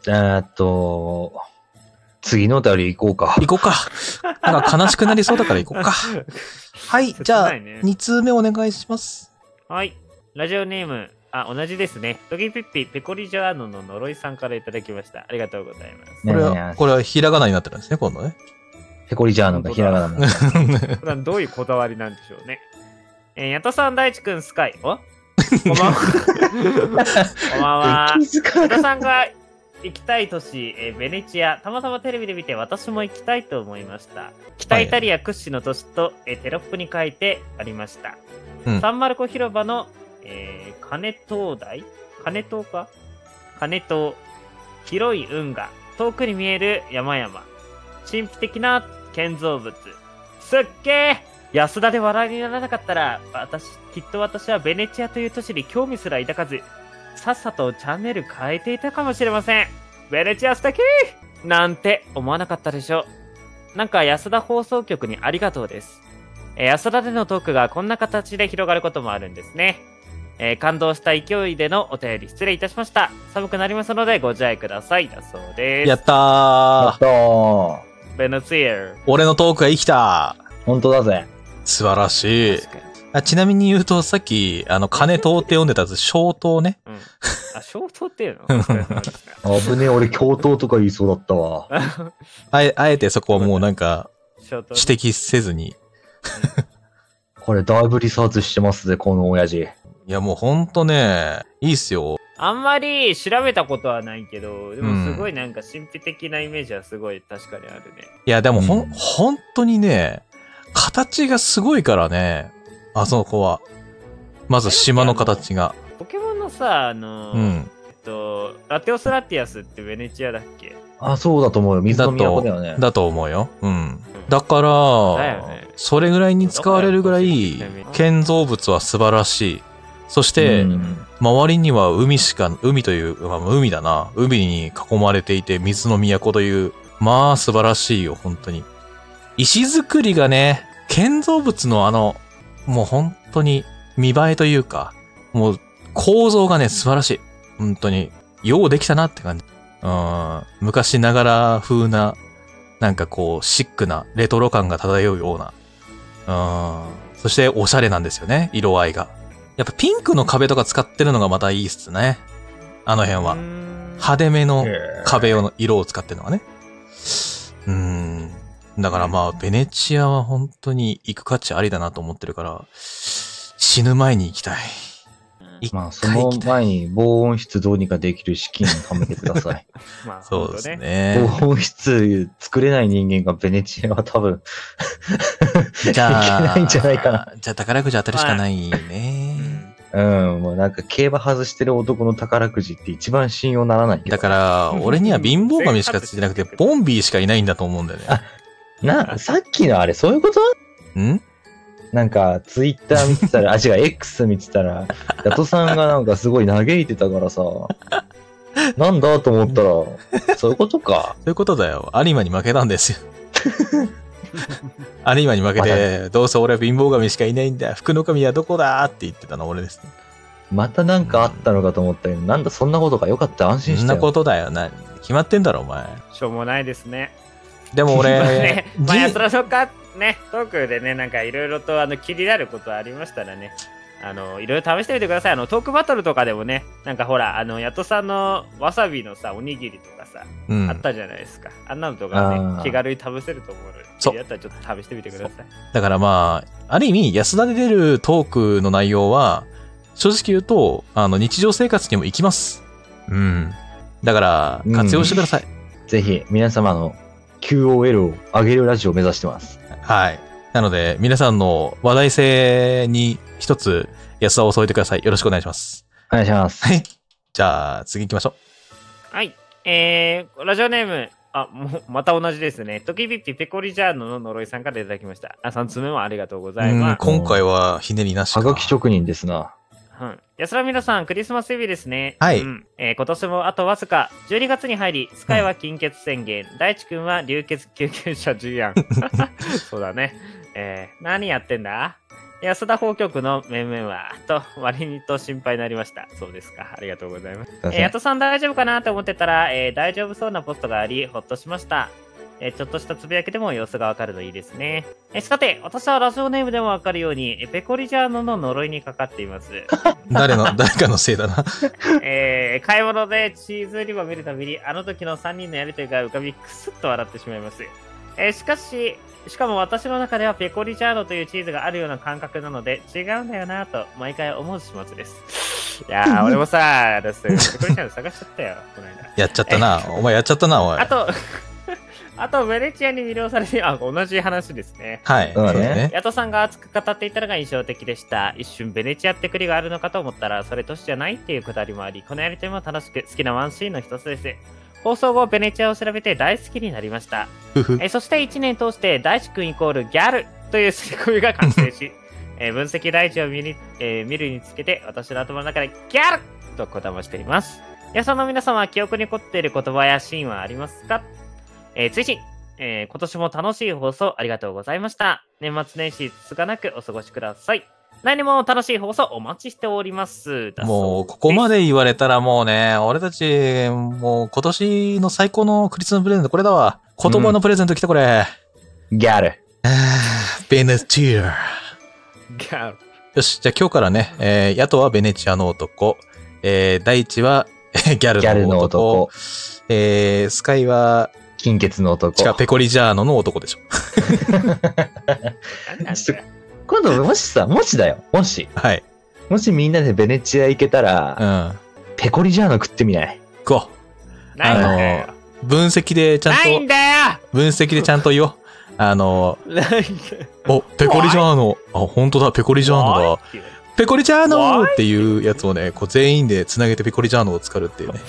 Speaker 5: えーっと、次のお便り行こうか。
Speaker 3: 行こうか。なんか悲しくなりそうだから行こう か。はい、じゃあ、
Speaker 4: 切ないね
Speaker 3: 2通目お願いします。
Speaker 4: はい。ラジオネーム、あ、同じですね。ドキピッピ、ペコリジョアーノの呪いさんからいただきました。ありがとうございます。
Speaker 3: これ
Speaker 5: いやいや
Speaker 3: は、これはひらがなになってるんですね、今度 ね。
Speaker 5: ペコリジャーノがひらがなの。
Speaker 4: 普段どういうこだわりなんでしょうね。えー、ヤトさん、大地くん、スカイ。 おこんばんは。こんばんは。
Speaker 5: づ
Speaker 4: ヤトさんが行きたい都市、えーベネチア。たまたまテレビで見て、私も行きたいと思いました。北イタリア屈指の都市と、えーテロップに書いてありました。
Speaker 3: うん
Speaker 4: サンマルコ広場の、えー、金灯台金灯か金灯。広い運河。遠くに見える山々。神秘的な建造物。すっげー安田で笑いにならなかったら、私、きっと私はベネチアという都市に興味すら抱かず、さっさとチャンネル変えていたかもしれません。ベネチア素敵なんて思わなかったでしょう。なんか安田放送局にありがとうです。えー安田でのトークがこんな形で広がることもあるんですね。えー感動した勢いでのお便り失礼いたしました。寒くなりますのでご自愛ください。だそうです。
Speaker 3: やった
Speaker 5: あ
Speaker 3: ー
Speaker 5: とー、
Speaker 4: ベネツィエル。
Speaker 3: 俺のトークが生きた
Speaker 5: 本当だぜ。
Speaker 3: 素晴らしい
Speaker 4: 確。かに。
Speaker 3: あちなみに言うと、さっき、あの、金刀って読んでたやつ、小刀ね。
Speaker 4: うん。あ、消灯っていう のそういうのですか
Speaker 5: あぶねえ、俺、教頭とか言いそうだったわ。
Speaker 3: あえ、あえてそこはもうなんか、
Speaker 4: 消灯ね
Speaker 3: 指摘せずに。
Speaker 5: これ、だいぶリサーチしてますぜ、この親父。
Speaker 3: いや、もうほんとね、いいっすよ。
Speaker 4: あんまり調べたことはないけど、でもすごいなんか神秘的なイメージはすごい確かにあるね。
Speaker 3: いや、でもほん、
Speaker 5: うん
Speaker 3: ほんとにね、形がすごいからね、あそこは。まず島の形が。
Speaker 4: ポケモンのさ、あの、
Speaker 3: うん。
Speaker 4: えっと、ラテオスラティアスってベネチアだっけ
Speaker 5: あ、そうだと思うよ。水の都だよね。
Speaker 3: だと思うよ。うん。だから、
Speaker 4: だよね
Speaker 3: それぐらいに使われるぐらい
Speaker 4: だから、
Speaker 3: 建造物は素晴らしい。そして、
Speaker 5: うん
Speaker 3: 周りには海しか、海という、まあ、海だな。海に囲まれていて、水の都という、まあ素晴らしいよ、本当に。石造りがね、建造物のあの、もう本当に見栄えというか、もう構造がね、素晴らしい。本当に、ようできたなって感じ。うん、昔ながら風な、なんかこう、シックな、レトロ感が漂うような。うん、そしておしゃれなんですよね、色合いが。やっぱピンクの壁とか使ってるのがまたいいっすね。あの辺は。派手めの壁用の色を使ってるのがね。うーん。だからまあ、ベネチアは本当に行く価値ありだなと思ってるから、死ぬ前に行きたい。一
Speaker 5: まあ、そ
Speaker 3: 回行
Speaker 5: の
Speaker 3: きたい。
Speaker 5: 前に防音室どうにかできる資金を貯めてく ださい。
Speaker 4: まあ、
Speaker 3: そうです
Speaker 4: ほんと。
Speaker 3: ね。
Speaker 5: 防音室作れない人間がベネチアは多分
Speaker 3: じゃあ、
Speaker 5: いけないんじゃないかな。
Speaker 3: じゃあ宝くじ当たるしかない
Speaker 4: うん
Speaker 3: ね。
Speaker 5: うん、もうなんか競馬外してる男の宝くじって一番信用ならないけど。
Speaker 3: だから、俺には貧乏神しかついてなくて、ボンビーしかいないんだと思うんだよね。
Speaker 5: な、さっきのあれ、そういうこと
Speaker 3: ん
Speaker 5: なんか、ツイッター見て たら、あ、違う、X 見てたら、ヤトさんがなんかすごい嘆いてたからさ、なんだと思ったら、そういうことか。
Speaker 3: そういうことだよ。有馬に負けたんですよ。 有馬に負けて、どうせ俺は貧乏神しかいないんだ。福の神はどこだって言ってたの俺ですね。
Speaker 5: またなんかあったのかと思ったけど、なんだそんなことかよかった、安
Speaker 3: そ
Speaker 5: 心し
Speaker 3: ん
Speaker 5: た
Speaker 3: なこ
Speaker 5: よ。
Speaker 3: とだよな。決まってんだろ、お前。
Speaker 4: しょうもないですね。
Speaker 3: でも
Speaker 4: まあ
Speaker 3: 俺
Speaker 4: ね、、まあ、
Speaker 3: じ
Speaker 4: やつらしょうか、ね、トークでね、なんかいろいろとあの気になることありましたらね、あの、いろいろ試してみてください。あの、トークバトルとかでもね、なんかほら、あの、やとさんのわさびのさ、おにぎりとかさ、
Speaker 3: うん
Speaker 4: あったじゃないですか。あんなのとか
Speaker 5: あー
Speaker 4: ね、気軽に食べせると思うので、
Speaker 3: そう
Speaker 4: やったらちょっと試してみてください。
Speaker 3: だからまあ、ある意味、安田で出るトークの内容は、正直言うと、あの、日常生活にも行きます。うん。だから、活用してください。
Speaker 5: ぜひ、皆様の QOL を上げるラジオを目指してます。
Speaker 3: はい。なので、皆さんの話題性に一つ安田を添えてください。よろしくお願いします。
Speaker 5: お願いします。
Speaker 3: はい。じゃあ、次行きましょ
Speaker 4: はい。えー、ラジオネーム、あ、もう、また同じですね。トキビッピペコリジャーノの呪いさんからいただきました。あ、3つ目もありがとうご
Speaker 3: う。
Speaker 4: ざいます。
Speaker 3: 今回はひねりなしか。
Speaker 5: はがき職人ですな。
Speaker 4: うん。安らみなさん、クリスマスイブですね。
Speaker 3: はい
Speaker 4: うんえー今年もあとわずか、12月に入り、スカイは金欠宣言、大地君は流血救急車 事案。そうだね。えー何やってんだ安田法局の面々は、と、割にと心配になりました。そうですか。ありがとうございます。
Speaker 5: すいま
Speaker 4: え
Speaker 5: せ
Speaker 4: ー、
Speaker 5: ん
Speaker 4: やとさん大丈夫かなと思ってたら、えー大丈夫そうなポストがあり、ほっとしました。えーちょっとしたつぶやきでも様子がわかるのいいですね。えーさて、私はラジオネームでもわかるように、えーペコリジャーノの呪いにかかっています。
Speaker 3: 誰の、誰かのせいだな。
Speaker 4: えー買い物でチーズ売り場を見るたびに、あの時の3人のやりとりが浮かび、くすっと笑ってしまいます。えーしかし、しかも私の中ではペコリチャーノというチーズがあるような感覚なので、違うんだよなぁと、毎回思う始末です。いやー、俺もさ、あれっすペコリチャーノ探しちゃったよ、この間。
Speaker 3: やっちゃった な。お前やっちゃったな、おい。
Speaker 4: あと、 あと、ベネチアに魅了されて、あ、同じ話ですね。
Speaker 3: はい。
Speaker 5: そうだね。
Speaker 4: ヤトさんが熱く語っていたのが印象的でした。一瞬ベネチアって国があるのかと思ったら、それ都市じゃないっていうくだりもあり、このやりとりも楽しく好きなワンシーンの一つです。放送後、ベネチアを調べて大好きになりました。
Speaker 3: ふふ。
Speaker 4: えーそして1年通して大地君イコールギャルという刷り込みが完成し、えー分析大地を見に、えー見るにつけて私の頭の中でギャルとこだましています。皆さんの皆様は記憶に残っている言葉やシーンはありますかえー、追伸、えー今年も楽しい放送ありがとうございました。年末年始つつがなくお過ごしください。何も楽しい放送お待ちしております。だ
Speaker 3: もう、
Speaker 4: そ
Speaker 3: ここま
Speaker 4: で
Speaker 3: で言われたらもうね、俺たち、もう今年の最高のクリスマスプレゼント、これだわ。言葉のプレゼント来た、これ。
Speaker 5: ギャル。
Speaker 3: ベネチア。
Speaker 6: ギャル。
Speaker 3: よし、じゃあ今日からね、えー、野党はベネチアの男、えー、大地は、えーギャル
Speaker 5: ギャルの
Speaker 3: の男、
Speaker 5: 男。
Speaker 3: えー、スカイは、
Speaker 5: 金欠の男
Speaker 3: 違。う、ペコリジャーノの男でしょ。
Speaker 4: す。なんなんだよ
Speaker 5: 今度、もしさ、もしだよ。もし。
Speaker 3: はい。
Speaker 5: もしみんなでベネチア行け
Speaker 3: う
Speaker 5: たら、
Speaker 3: ん。
Speaker 5: ペコリジャーノ食ってみない
Speaker 3: こ
Speaker 4: ないんだよ。
Speaker 3: う。分析でちゃん
Speaker 4: ない
Speaker 3: と、
Speaker 4: んだよ
Speaker 3: 分析でちゃんと言おう。あの、
Speaker 6: なんか
Speaker 3: お、ペコリジャーノ。あ、本当だ、ペコリジャーノだ。ペコリジャーノっていうやつをね、こう全員で繋げてペコリジャーノを使うっていうね。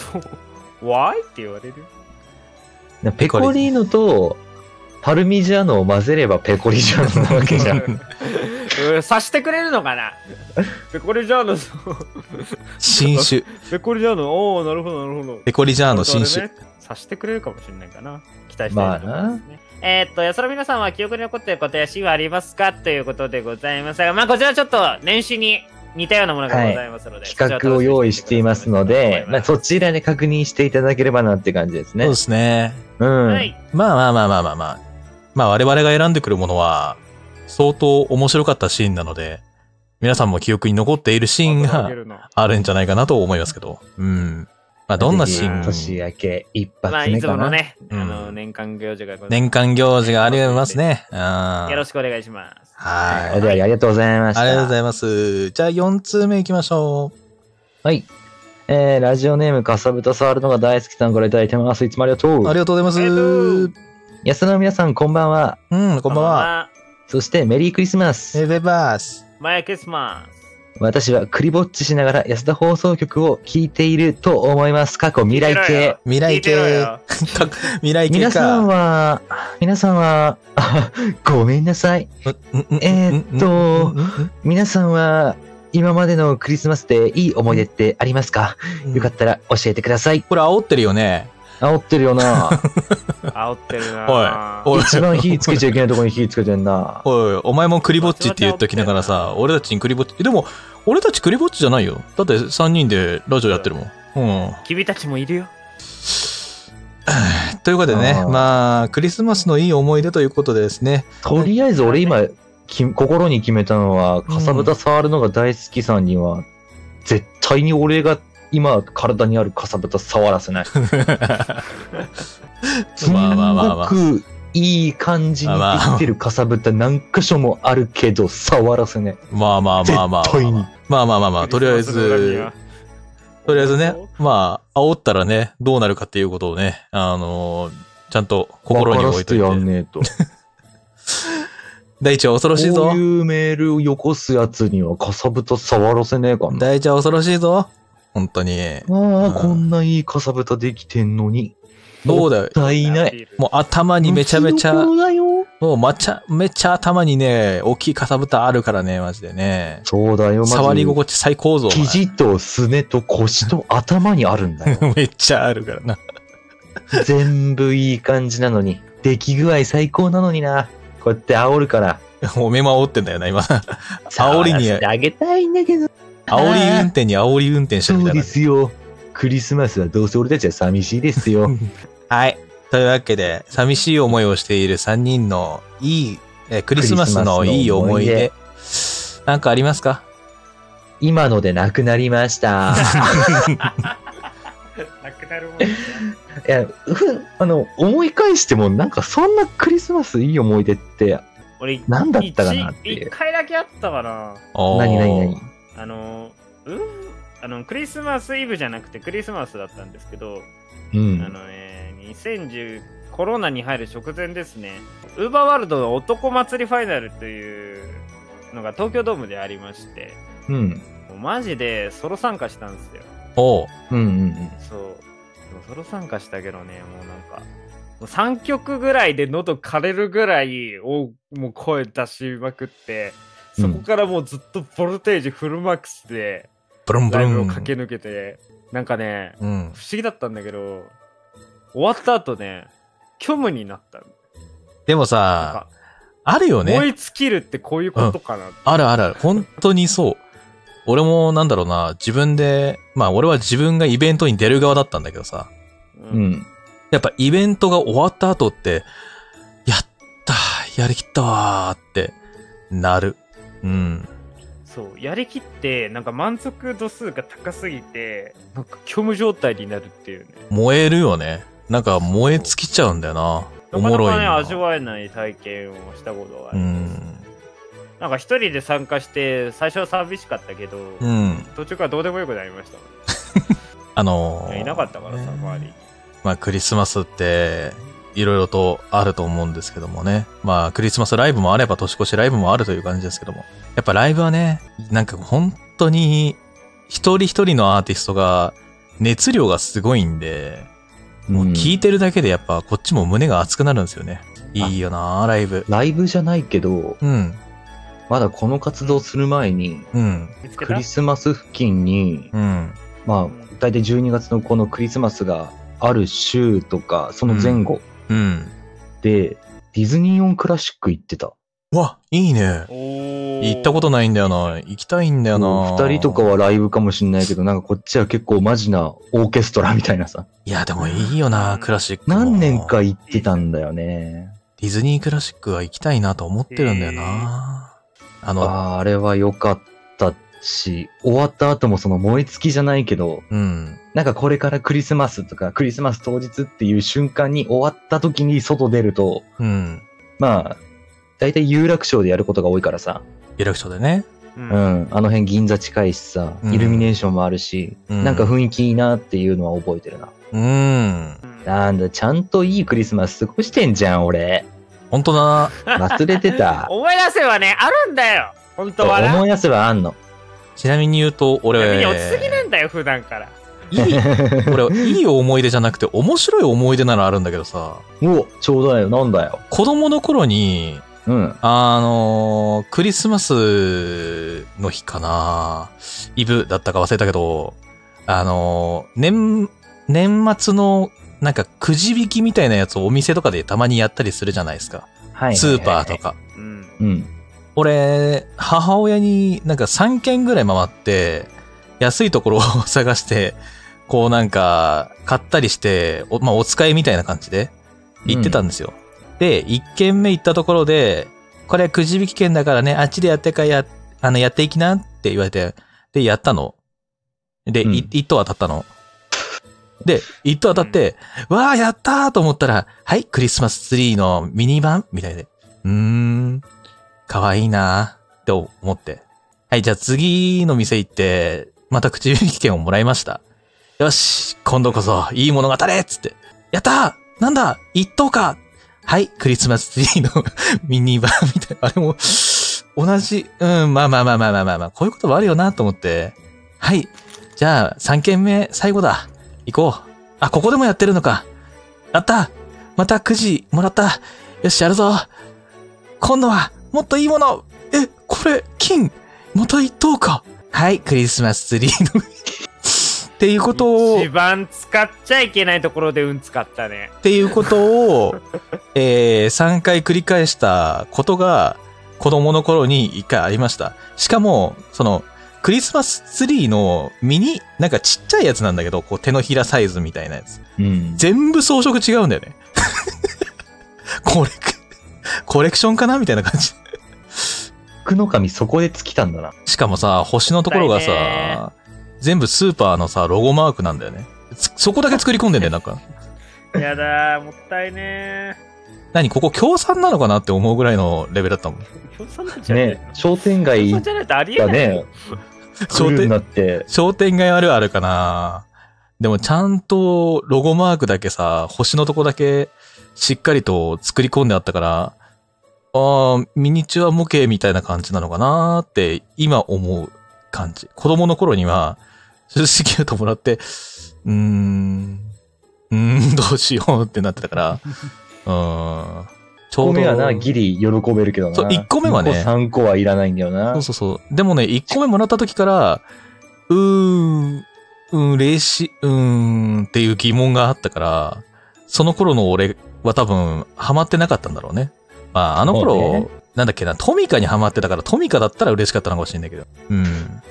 Speaker 4: わーいって言わ れる。
Speaker 5: ペコリーノと、パルミジャーノを混ぜればペコリジャーノなわけじゃ ん。
Speaker 4: うん察してくれるのかな
Speaker 6: ペコリジャーノ
Speaker 3: 新種。
Speaker 6: ペコリジャーノおおなるほどなるほど
Speaker 3: ペコリジャーノ新種。
Speaker 4: 察してくれるかもしれないかな。期待したいと思いますね。えーっと、安ら皆さんは記憶に残っていることやシーンはありますかということでございますが、まあこちらちょっと年始に似たようなものがございますので、
Speaker 5: 企画を用意していますので、まあ、そちらで確認していただければなって感じです
Speaker 3: そう
Speaker 5: ね
Speaker 3: で。すね。
Speaker 5: うん。
Speaker 4: はい。
Speaker 3: まあまあまあまあまあまあ。まあ我々が選んでくるものは、相当面白かったシーンなので、皆さんも記憶に残っているシーンがあるんじゃないかなと思いますけど。うん。まあどんなシ
Speaker 5: ぜひ年
Speaker 3: ーン
Speaker 5: 明け一
Speaker 4: まあ
Speaker 5: 発
Speaker 4: い
Speaker 5: 目
Speaker 4: つ
Speaker 5: か
Speaker 4: も
Speaker 5: な。
Speaker 4: のね、あ
Speaker 3: うん
Speaker 4: の、年間行事がございます
Speaker 3: 年間行事があります。ね。うん。
Speaker 4: よろしくお願いします。
Speaker 3: はい。
Speaker 5: お便りありがとうございました。
Speaker 3: ありがとうございます。じゃあ4通目行きましょう。
Speaker 5: はい。えー、ラジオネームかさぶた触るのが大好きさんからいただいてます。いつもありがとう。
Speaker 3: ありがとうござい
Speaker 4: ありがと
Speaker 3: ます
Speaker 4: う。
Speaker 5: 安田の皆さん、こんばんは。
Speaker 3: うん、こんばんは。
Speaker 4: は。
Speaker 5: そして、メリークリスマス。
Speaker 3: エベバー ス。
Speaker 4: マイクリスマス。
Speaker 5: 私はクリぼっちしながら安田放送局を聞いていると思います。過去未来
Speaker 4: 聞いてろ
Speaker 5: 系
Speaker 4: よ。
Speaker 3: 未
Speaker 4: 聞
Speaker 3: 来
Speaker 4: いてろ
Speaker 3: 系。
Speaker 4: よ。
Speaker 3: か未来系
Speaker 5: 皆さん
Speaker 3: か。
Speaker 5: は、皆さんは、 あごめんなさい。えーっと皆さんは、今までのクリスマスでいい思い出ってありますか、
Speaker 3: うん、
Speaker 5: よかったら教えてください。
Speaker 3: これ煽ってるよね。
Speaker 5: 煽ってるよな。
Speaker 4: 煽ってるなぁ
Speaker 3: おい
Speaker 5: 一番火つけちゃいけないとこに火つけてん な。
Speaker 3: おい、お前もクリぼっちって言っときながらさ、俺たちにクリぼっち、えでも、俺たちクリぼっちじゃないよ。だって3人でラジオやってるもん。うん。
Speaker 4: 君たちもいるよ。
Speaker 3: ということでね、
Speaker 5: あー
Speaker 3: まあ、クリスマスのいい思い出ということでですね、
Speaker 5: とりあえず俺今、き心に決めたのは、かさぶた触るのが大好きさんには、絶対に俺が今体にあるかさぶた触らせない。すん
Speaker 3: まあまあまあま
Speaker 5: ご
Speaker 3: あ
Speaker 5: くいい感じに生きてるかさぶた何箇所もあるけど、触らせない。
Speaker 3: まあまあまあまあ
Speaker 5: 絶対に。
Speaker 3: まあまあまあまあ、とりあえず、とりあえずね、まあ、煽ったらね、どうなるかっていうことをね、あのーちゃんと心に置いとい
Speaker 5: わからせ
Speaker 3: て。
Speaker 5: やんねえと。
Speaker 3: 大地は恐ろしい
Speaker 5: こ
Speaker 3: ぞ
Speaker 5: う。いうメールをよこすやつにはかさぶた触らせねえかな。
Speaker 3: 大地は恐ろしいぞ。本当に。
Speaker 5: ああ、
Speaker 3: うん
Speaker 5: こんないいかさぶたできてんのに。
Speaker 3: どうだよ
Speaker 5: も。ったいない。。
Speaker 3: もう頭にめちゃめちゃ、
Speaker 5: 生き
Speaker 3: も
Speaker 5: 残りだよ
Speaker 3: うまちゃ、めちゃ頭にね、大きいかさぶたあるからね、マジでね。
Speaker 5: そうだよ、まず
Speaker 3: 触り心地最高ぞ。お前
Speaker 5: 生地とすねと腰と頭にあるんだよ。
Speaker 3: めっちゃあるからな。
Speaker 5: 全部いい感じなのに。出来具合最高なのにな。こうやって煽るから。
Speaker 3: おめま煽ってんだよな、今。煽りに
Speaker 5: 触らせてあげたいんだけど。
Speaker 3: 煽り運転に煽り運転してる
Speaker 5: そ
Speaker 3: みた
Speaker 5: う
Speaker 3: いな
Speaker 5: で。すよ。クリスマスはどうせ俺たちは寂しいで すよ。
Speaker 3: はい。というわけで、寂しい思いをしている3人のいい、えークリスマスのいい思い出
Speaker 5: ク。
Speaker 3: なんかありますか
Speaker 5: 今のでなくなりま した。
Speaker 4: なくなるもんね。
Speaker 5: いや、ふ、あの、思い返してもなんかそんなクリスマスいい思い出って、
Speaker 4: 俺、
Speaker 5: なんだったかなっていう
Speaker 4: 一一回だけあったかな。
Speaker 3: おー
Speaker 5: 何何何
Speaker 4: あの、うんあの、クリスマスイブじゃなくてクリスマスだったんですけど、
Speaker 5: う
Speaker 4: あ
Speaker 5: ん。
Speaker 4: のね、2010コロナに入る直前ですね、ウーバーワールドの男祭りファイナルというのが東京ドームでありまして、
Speaker 5: うん。
Speaker 4: もうマジでソロ参加したんですよ。
Speaker 3: おう
Speaker 5: うんうん
Speaker 4: そう。でもソロ参加したけどね、もうなんか、もう3曲ぐらいで喉枯れるぐらいをもう声出しまくって、そこからもうずっとボルテージフルマックスで
Speaker 3: ブルンブ
Speaker 4: ラ
Speaker 3: ル
Speaker 4: イブを
Speaker 3: ン。
Speaker 4: 駆け抜けて、なんかね、
Speaker 3: うん。
Speaker 4: 不思議だったんだけど、終わった後ね、虚無になったの。
Speaker 3: でも
Speaker 4: なん
Speaker 3: さ、
Speaker 4: か、
Speaker 3: あるよ
Speaker 4: 燃
Speaker 3: ね。
Speaker 4: え尽きるってこういうことかな。
Speaker 3: あるあるある。本当にそう。俺もなんだろうな、自分で、まあ俺は自分がイベントに出る側だったんだけどさ、
Speaker 1: う。
Speaker 5: うんん。
Speaker 3: やっぱイベントが終わった後って、やったーやりきったわーってなる。うん。
Speaker 1: そう、やりきって、なんか満足度数が高すぎて、
Speaker 4: なんか虚無状態になるっていうね。
Speaker 3: 燃えるよね。なんか燃え尽きちゃうんだよな。お
Speaker 1: なか
Speaker 3: も
Speaker 1: な
Speaker 3: ろい
Speaker 1: かね、
Speaker 3: な。
Speaker 1: 味わえない体験をしたことがあ
Speaker 3: う
Speaker 1: ります。
Speaker 3: ん。
Speaker 1: なんか一人で参加して、最初は寂しかったけど、
Speaker 3: うん。
Speaker 1: 途中からどうでもよくなりましたも
Speaker 3: あのー
Speaker 1: んね。いなかったからさ、
Speaker 3: ね
Speaker 1: 周り。
Speaker 3: まあクリスマスって、いろいろとあると思うんですけどもね。まあクリスマスライブもあれば年越しライブもあるという感じですけども。やっぱライブはね、なんか本当に一人一人のアーティストが熱量がすごいんで、もう聞いてるだけでやっぱこっちも胸が熱くなるんですよね。いいよなライブ。
Speaker 5: ライブじゃないけど、
Speaker 3: うん、
Speaker 5: まだこの活動する前に、
Speaker 3: うん、
Speaker 1: 見つけ
Speaker 5: ク
Speaker 1: た
Speaker 5: リスマス付近に、
Speaker 3: うん、
Speaker 5: まあ、大体12月のこのクリスマスがある週とか、その前後
Speaker 3: うん。
Speaker 5: で、ディズニーオンクラシック行ってた。
Speaker 3: うわ、いいね。
Speaker 1: お
Speaker 3: 行ったこととないんだよな。行きたいんだよな。
Speaker 5: もう二人とかはライブかもしんないけど、なんかこっちは結構マジなオーケストラみたい なさ。
Speaker 3: いや、でもいいよな、クラシックも。
Speaker 5: 何年か行ってたんだよね。
Speaker 3: ディズニークラシックは行きたいなと思ってるんだよな。あの、
Speaker 5: あーあれは良かったし、終わった後もその燃え尽きじゃないけど、
Speaker 3: うん。
Speaker 5: なんかこれからクリスマスとかクリスマス当日っていう瞬間に終わった時に外出ると、
Speaker 3: うん。
Speaker 5: まあ、大体有楽町でやることが多いからさ、
Speaker 3: 有楽町でね。
Speaker 1: う。
Speaker 5: うんん、あの辺銀座近いしさ、
Speaker 3: うん
Speaker 5: イルミネーションもあるし、
Speaker 3: うん
Speaker 5: なんか雰囲気いいなっていうのは覚えてるな。
Speaker 3: うん。
Speaker 5: なんだ、ちゃんといいクリスマス過ごしてんじゃ ん、俺。
Speaker 3: 本当だな。
Speaker 5: 忘れてた。
Speaker 1: 思い出せばね、あるんだよ本当はな。
Speaker 5: 思い出せばあんの。
Speaker 3: ちなみに言うと、俺、
Speaker 1: 闇に落ちすぎなんだよ、普段から。
Speaker 3: いい、俺、いい思い出じゃなくて、面白い思い出ならあるんだけどさ、
Speaker 5: おちょうどだよ、なんだよ。
Speaker 3: 子供の頃に、
Speaker 5: うん。
Speaker 3: あのークリスマスの日かなイブだったか忘れたけど、あのー年、年末の、なんかくじ引きみたいなやつをお店とかでたまにやったりするじゃないですか。
Speaker 5: はい。
Speaker 3: スーパーと。か。
Speaker 1: うん。
Speaker 5: うん。
Speaker 3: 俺、母親になんか3軒ぐらい回って、安いところを 探して、こうなんか、買ったりして、おまあ、お使いみたいな感じで行ってたんですよ。で、1軒目行ったところで、これくじ引き券だからね、あっちでやってかや、あの、やっていきなって言われて、で、やったの。で、
Speaker 5: うん
Speaker 3: い一等当たったの。で、一等当たって、わあ、やったーと思ったら、はい、クリスマスツリーのミニ版みたいで。うーん、かわいいなーって思って。はい、じゃあ次の店行って、また口引き券をもらいました。よし、今度こそ、いいものが当たれっつって。やったーなんだ一等かはい、クリスマスツリーのミニ版みたいな。あれも、同じ、うん、まあまあまあまあまあまあ、まあ、こういうこともあるよなと思って。はい、じゃあ3軒目、最後だ。行こう。あ、ここでもやってるのか。やったまたくじもらったよし、やるぞ今度は、もっといいものえ、これ、金また一等かはい、クリスマスツリーのっていうことを、
Speaker 1: 一番使っちゃいけないところで運使ったね。
Speaker 3: っていうことを、え3回繰り返したことが、子供の頃に1回ありました。しかも、その、クリスマスツリーのミニ、なんかちっちゃいやつなんだけど、こう手のひらサイズみたいなやつ。
Speaker 5: うん。
Speaker 3: 全部装飾違うんだよね。 コレク、コレクションかなみたいな感じ。
Speaker 5: 福の神そこで尽きたんだな。
Speaker 3: しかもさ、星のところが
Speaker 1: もったいね
Speaker 3: さ、全部スーパーのさ、ロゴマークなんだよね。つそこだけ作り込んでんだよ、なんか。
Speaker 1: やだー、もったいね
Speaker 3: 何ここ協賛なのかなって思うぐらいのレベルだったもん。
Speaker 1: ー。協賛なんじゃない
Speaker 5: ね、商店街
Speaker 1: 協賛
Speaker 5: 行っ
Speaker 1: じゃないとありえ
Speaker 5: た
Speaker 1: ない。
Speaker 5: ね、来
Speaker 3: 商
Speaker 5: るように
Speaker 3: 店
Speaker 5: なって、
Speaker 3: 商店街あるあるかなでもちゃんとロゴマークだけさ、星のとこだけしっかりと作り込んであったから、あーミニチュア模型みたいな感じなのかなって今思う感じ。子供の頃には、正直言うともらって、うーん、うーん、どうしようってなってた から、うーん、ち
Speaker 5: 1
Speaker 3: ょ
Speaker 5: 個
Speaker 3: うど。
Speaker 5: 目はな、ギリ喜べるけどな。
Speaker 3: そう一個目はね
Speaker 5: 二個3個はいらないんだよな。
Speaker 3: そうそうそう。でもね、1個目もらった時から、うーん、うん、嬉し、うーんっていう疑問があったから、その頃の俺は多分、ハマってなかったんだろうね。まあ、あの
Speaker 5: そう
Speaker 3: 頃
Speaker 5: ね、
Speaker 3: なんだっけな、トミカにハマってたから、トミカだったら嬉しかったのかもしれないけど。うん。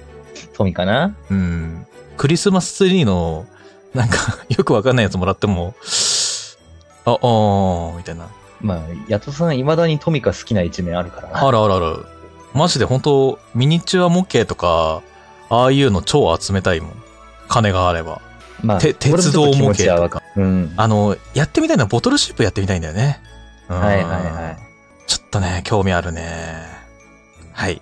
Speaker 5: トミかな
Speaker 3: うん。クリスマスツリーの、なんか、よくわかんないやつもらっても、あ、あー、みたいな。
Speaker 5: まあ、ヤトさん、未だにトミカ好きな一面あるからな。
Speaker 3: あるあるある。マジで本当ミニチュア模型とか、ああいうの超集めたいもん。金があれば。
Speaker 5: まあ、
Speaker 3: て鉄道模型
Speaker 5: 俺もちょっと気持ちはわかる。うん。
Speaker 3: あの、やってみたいのはボトルシップやってみたいんだよね。うん
Speaker 5: はいはいはい。
Speaker 3: ちょっとね、興味あるね。はい。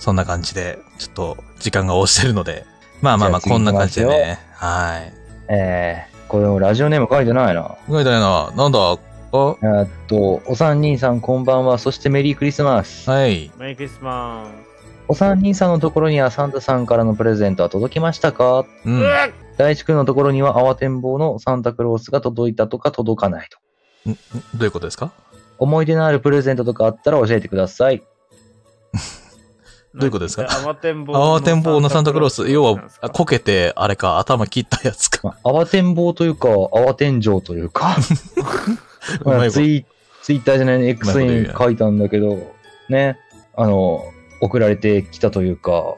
Speaker 3: そんな感じで、ちょっと時間が押してるので。まあまあまあ、
Speaker 5: じゃ
Speaker 3: こ
Speaker 5: あ
Speaker 3: ん
Speaker 5: 次
Speaker 3: な感
Speaker 5: 行きま
Speaker 3: じ
Speaker 5: す
Speaker 3: で
Speaker 5: よ
Speaker 3: ね。はい。
Speaker 5: えー、これもラジオネーム書いてないな。
Speaker 3: 意外だよな。なんだあ
Speaker 5: えーっと、お三人さんこんばんは。そしてメリークリスマス。
Speaker 3: はい。
Speaker 4: メリークリスマ
Speaker 5: お三人さんのところにはサンタさんからのプレゼントは届きましたか
Speaker 3: う。
Speaker 4: ス。うんわっ
Speaker 5: 大地君のところには慌てんぼうのサンタクロースが届いたとか届かないと。
Speaker 3: どういうことですか
Speaker 5: 思い出のあるプレゼントとかあったら教えてください。
Speaker 3: どういうことですか
Speaker 4: 慌てんぼう
Speaker 3: 慌てんぼうのサンタクロース。要は、あこ
Speaker 4: こ
Speaker 3: けて、あれか、頭切ったやつか。
Speaker 5: まあ慌てんぼうというか、慌てんじょうという
Speaker 3: う
Speaker 5: か、
Speaker 3: まいこと
Speaker 5: まあツイツイッターじゃない、X
Speaker 3: うまいこと言う
Speaker 5: に
Speaker 3: やん
Speaker 5: 書いたんだけど、ね、あの、送られてきたというか、
Speaker 3: は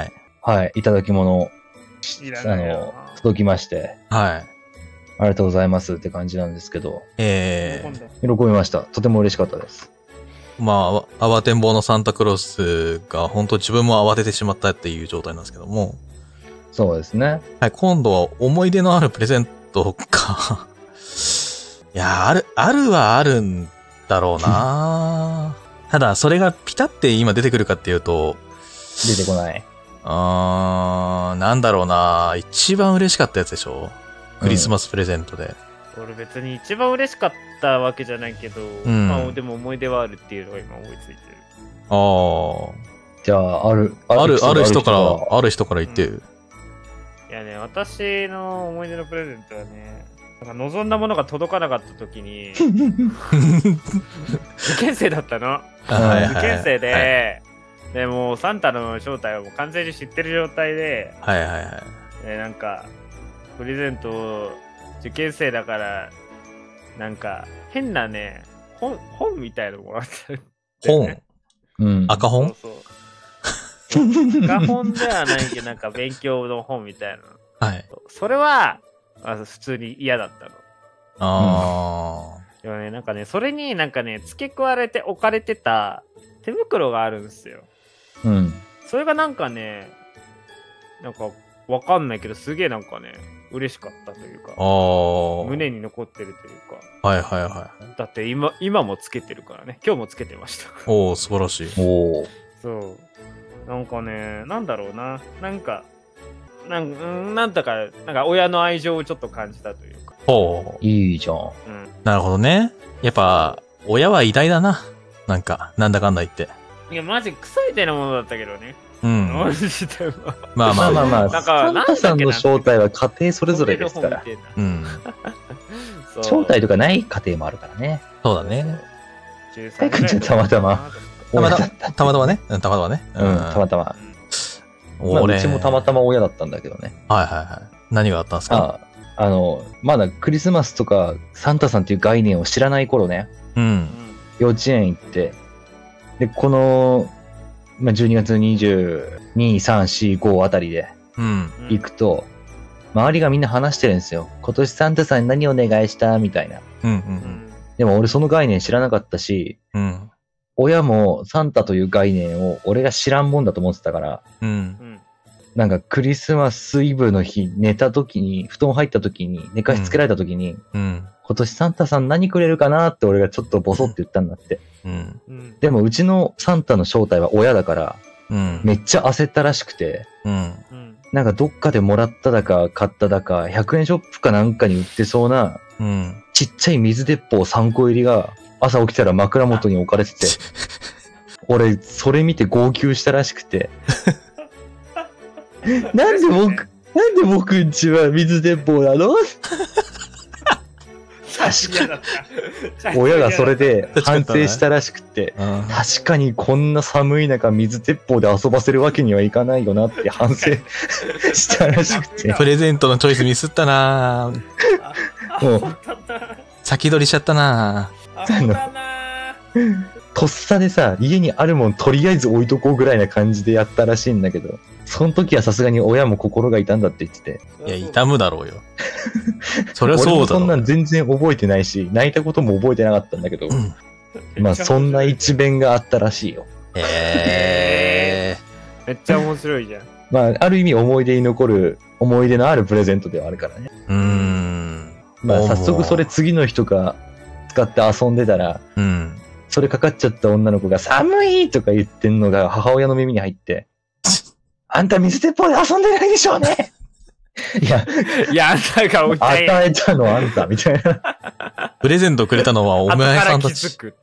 Speaker 3: い。
Speaker 5: はい、いただき物、
Speaker 4: いら
Speaker 5: あ
Speaker 4: ないよ
Speaker 5: の、届きまして、
Speaker 3: はい。
Speaker 5: ありがとうございますって感じなんですけど、
Speaker 3: えー、
Speaker 5: 喜びました。とても嬉しかったです。
Speaker 3: まあ、慌てんぼうのサンタクロースが本当自分も慌ててしまったっていう状態なんですけども、
Speaker 5: そうですね。
Speaker 3: はい、今度は思い出のあるプレゼントか。 いや、ある、あるはあるんだろうな ただ、それがピタって今出てくるかっていうと、
Speaker 5: 出てこない。
Speaker 3: うーん、なんだろうな一番嬉しかったやつでしょクリスマスプレゼントで。
Speaker 4: 俺別に一番嬉しかったわけじゃないけど、
Speaker 3: ん
Speaker 4: まあでも思い出はあるっていうのが今思いついてる。
Speaker 3: あ
Speaker 5: じゃあ、ある、
Speaker 3: あ、ある、ある
Speaker 5: エピソ
Speaker 3: 人
Speaker 5: ード
Speaker 3: から、ある人から言ってよ。
Speaker 4: いやね、私の思い出のプレゼントはね、なんか望んだものが届かなかった 時に、受験生だったの。
Speaker 3: はいはい
Speaker 4: 受験生で、
Speaker 3: はい
Speaker 4: でもうサンタの正体をもう完全に知ってる状態で、
Speaker 3: はいはいはい。
Speaker 4: えーなんかプレゼントを受験生だからなんか変なね本本みたいのもらったんだよ
Speaker 3: 本
Speaker 4: ね、
Speaker 5: うん。
Speaker 3: 赤本
Speaker 4: そうそう赤本ではないけどなんか勉強の本みたいな
Speaker 3: はい。
Speaker 4: それはあ普通に嫌だったの
Speaker 3: あ
Speaker 4: でもねなんかねそれになんかね付け加えて置かれてた手袋があるんですよ
Speaker 5: うん。
Speaker 4: それがなんかねなんかわかんないけどすげえなんかね嬉しかったという
Speaker 3: あ。
Speaker 4: か
Speaker 3: ああ。
Speaker 4: 胸に残ってるというか
Speaker 3: はいはいはい。
Speaker 4: だって今今もつけてるからね今日もつけてました
Speaker 3: おお素晴らしい。
Speaker 5: おー。
Speaker 4: そうなんかねなんだろうななんかなんうんなんだかなんか親の愛情をちょっと感じたというか、
Speaker 3: ほう。
Speaker 5: いいじゃん。
Speaker 4: うん、
Speaker 3: なるほどね。やっぱ、親は偉大だな。なんか、なんだかんだ言って。
Speaker 4: いやマジクソみたいなものだったけどね、
Speaker 3: うん。
Speaker 4: マ
Speaker 3: ま
Speaker 4: ジでまあ
Speaker 3: あま
Speaker 5: ま
Speaker 3: あ
Speaker 5: あまあまあ、
Speaker 4: なんか
Speaker 5: サンタさんの正体は家庭そ
Speaker 4: そ
Speaker 5: れぞれですから。
Speaker 3: うん。
Speaker 4: そう
Speaker 5: 正体とかない家庭もあるからね。
Speaker 3: そうだね。
Speaker 4: 13
Speaker 5: かいくんちゃんたまたま
Speaker 3: たまた
Speaker 5: 俺
Speaker 3: たまたまね。うんたまたまね。
Speaker 5: うん、たまたま。まあ、
Speaker 3: 俺。
Speaker 5: うちもたまたま親だったんだけどね。
Speaker 3: ま。はいはいはい。何があったんですか
Speaker 5: ああ、あの、まだクリスマスとかサンタさんっていう概念を知らない頃ね、
Speaker 3: うん。
Speaker 5: 幼稚園行って、で、この、まあ、12月22、3、4、5あたりで
Speaker 3: うん。
Speaker 5: 行くと、周りがみんな話してるんですよ。今年サンタさんに何お願いしたみたいな。
Speaker 3: うん。う。
Speaker 4: うんん
Speaker 5: でも俺その概念知らなかったし、
Speaker 3: うん。
Speaker 5: 親もサンタという概念を俺が知らんもんだと思ってたから、
Speaker 3: うん
Speaker 4: う。ん
Speaker 5: なんかクリスマスイブの日寝た時に、布団入った時に、寝かしつけられた時に、
Speaker 3: うん。
Speaker 5: 今年サンタさん何くれるかなって俺がちょっとボソって言ったんだって。
Speaker 3: うん。
Speaker 4: うん
Speaker 5: でもうちのサンタの正体は親だから、
Speaker 3: うん。
Speaker 5: めっちゃ焦ったらしくて、
Speaker 3: うん。
Speaker 4: うん
Speaker 5: なんかどっかでもらっただか買っただか、100円ショップかなんかに売ってそうな、
Speaker 3: うん。
Speaker 5: ちっちゃい水鉄砲3個入りが、朝起きたら枕元に置かれて て、俺、それ見て号泣したらしくて。なんで 僕、なんで僕んちは水鉄砲なの
Speaker 4: 嫌だった
Speaker 5: 親がそれで
Speaker 3: 確かに
Speaker 5: 反省したらしくて、
Speaker 3: うん
Speaker 5: 確かにこんな寒い中水鉄砲で遊ばせるわけにはいかないよなって反省したらしくて、
Speaker 3: プレゼントのチョイスミスったな
Speaker 5: もう
Speaker 4: 当たった
Speaker 3: 先取りしちゃったな
Speaker 4: あ、そうだなー
Speaker 5: とっさでさ、家にあるもんとりあえず置いとこうぐらいな感じでやったらしいんだけど、その時はさすがに親も心が痛んだって言ってて、
Speaker 3: いや、痛むだろうよ。そりゃ
Speaker 5: 俺
Speaker 3: そ
Speaker 5: も
Speaker 3: うだ
Speaker 5: そん
Speaker 3: ろ
Speaker 5: な
Speaker 3: う。
Speaker 5: ん全然覚えてないし、泣いたことも覚えてなかったんだけど、まあそんな一面があったらしいよ。
Speaker 3: え
Speaker 4: めっちゃ面白いじゃん。
Speaker 5: まあ、ある意味思い出に残る、思い出のあるプレゼントではあるからね。
Speaker 3: ー。うーん。
Speaker 5: まあ
Speaker 3: おー
Speaker 5: 早速それ次の日とか使って遊んでたら、
Speaker 3: うん。
Speaker 5: それかかっちゃった女の子が寒いとか言ってんのが母親の耳に 入って、あんた水鉄砲で遊んでないでしょうねいや、
Speaker 4: いや、あんたがおたい。
Speaker 5: 与えたのあんたみたい な。
Speaker 3: プレゼントくれたのはお
Speaker 4: 後か
Speaker 3: 前さ
Speaker 4: ら
Speaker 3: ん
Speaker 4: 気
Speaker 3: た
Speaker 4: づ
Speaker 3: ち。
Speaker 4: く。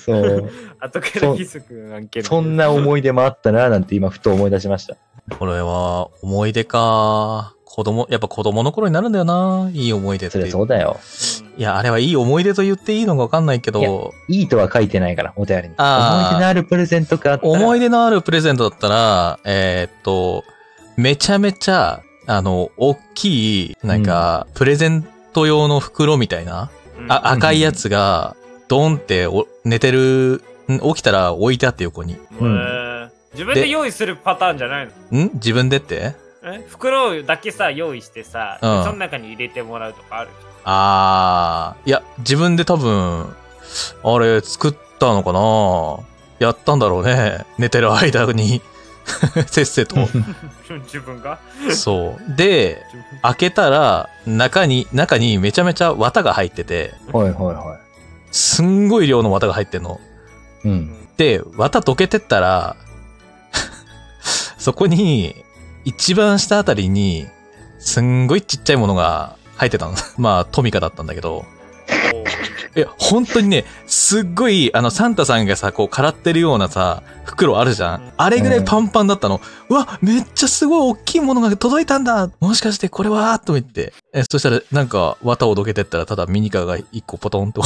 Speaker 5: そう。
Speaker 4: 後から気づく案件。
Speaker 5: そんな思い出もあったな、なんて今ふと思い出しました。
Speaker 3: これは思い出か。子供、やっぱ子供の頃になるんだよな。いい思い出っ
Speaker 5: そ
Speaker 3: て。
Speaker 5: りゃそうだよ。
Speaker 3: いや、あれはいい思い出と言っていいのかわかんないけ
Speaker 5: いや
Speaker 3: ど、
Speaker 5: いいとは書いてないから、お便りに。
Speaker 3: あー
Speaker 5: 思い出のあるプレゼントかあったら
Speaker 3: 思い出のあるプレゼントだったら、えーっと、めちゃめちゃ、あの、大きい、なんか、プレゼント用の袋みたいな、
Speaker 1: うん
Speaker 3: あ赤いやつが、ドンってお寝てる、ん起きたら置いてあって横に。
Speaker 5: うん
Speaker 1: へー自分で用意するパターンじゃないの
Speaker 3: ん自分でって
Speaker 1: え袋だけさ用意してさ、
Speaker 3: うん
Speaker 1: その中に入れてもらうとかある
Speaker 3: あー、いや、自分で多分、あれ、作ったのかなやったんだろうね。寝てる間に。 せっせと。
Speaker 1: じゃん自分が
Speaker 3: そう。で、
Speaker 1: 自分
Speaker 3: 開けたら、中に、中にめちゃめちゃ綿が入ってて、
Speaker 5: はいはいは
Speaker 3: すんごい量の綿が入ってんの。
Speaker 5: い。うん。
Speaker 3: で、綿溶けてったら、 そこに、一番下あたりに、すんごいちっちゃいものが入ってたの。 まあ、トミカだったんだけど。
Speaker 1: おう
Speaker 3: いや、本当にね、すっごい、あの、サンタさんがさ、こう、からってるようなさ、袋あるじゃん。あれぐらいパンパンだったの。うわ、めっちゃすごい大きいものが届いたんだもしかしてこれはと思って。え、そしたら、なんか、綿をどけてったら、ただミニカーが一個ポトンと。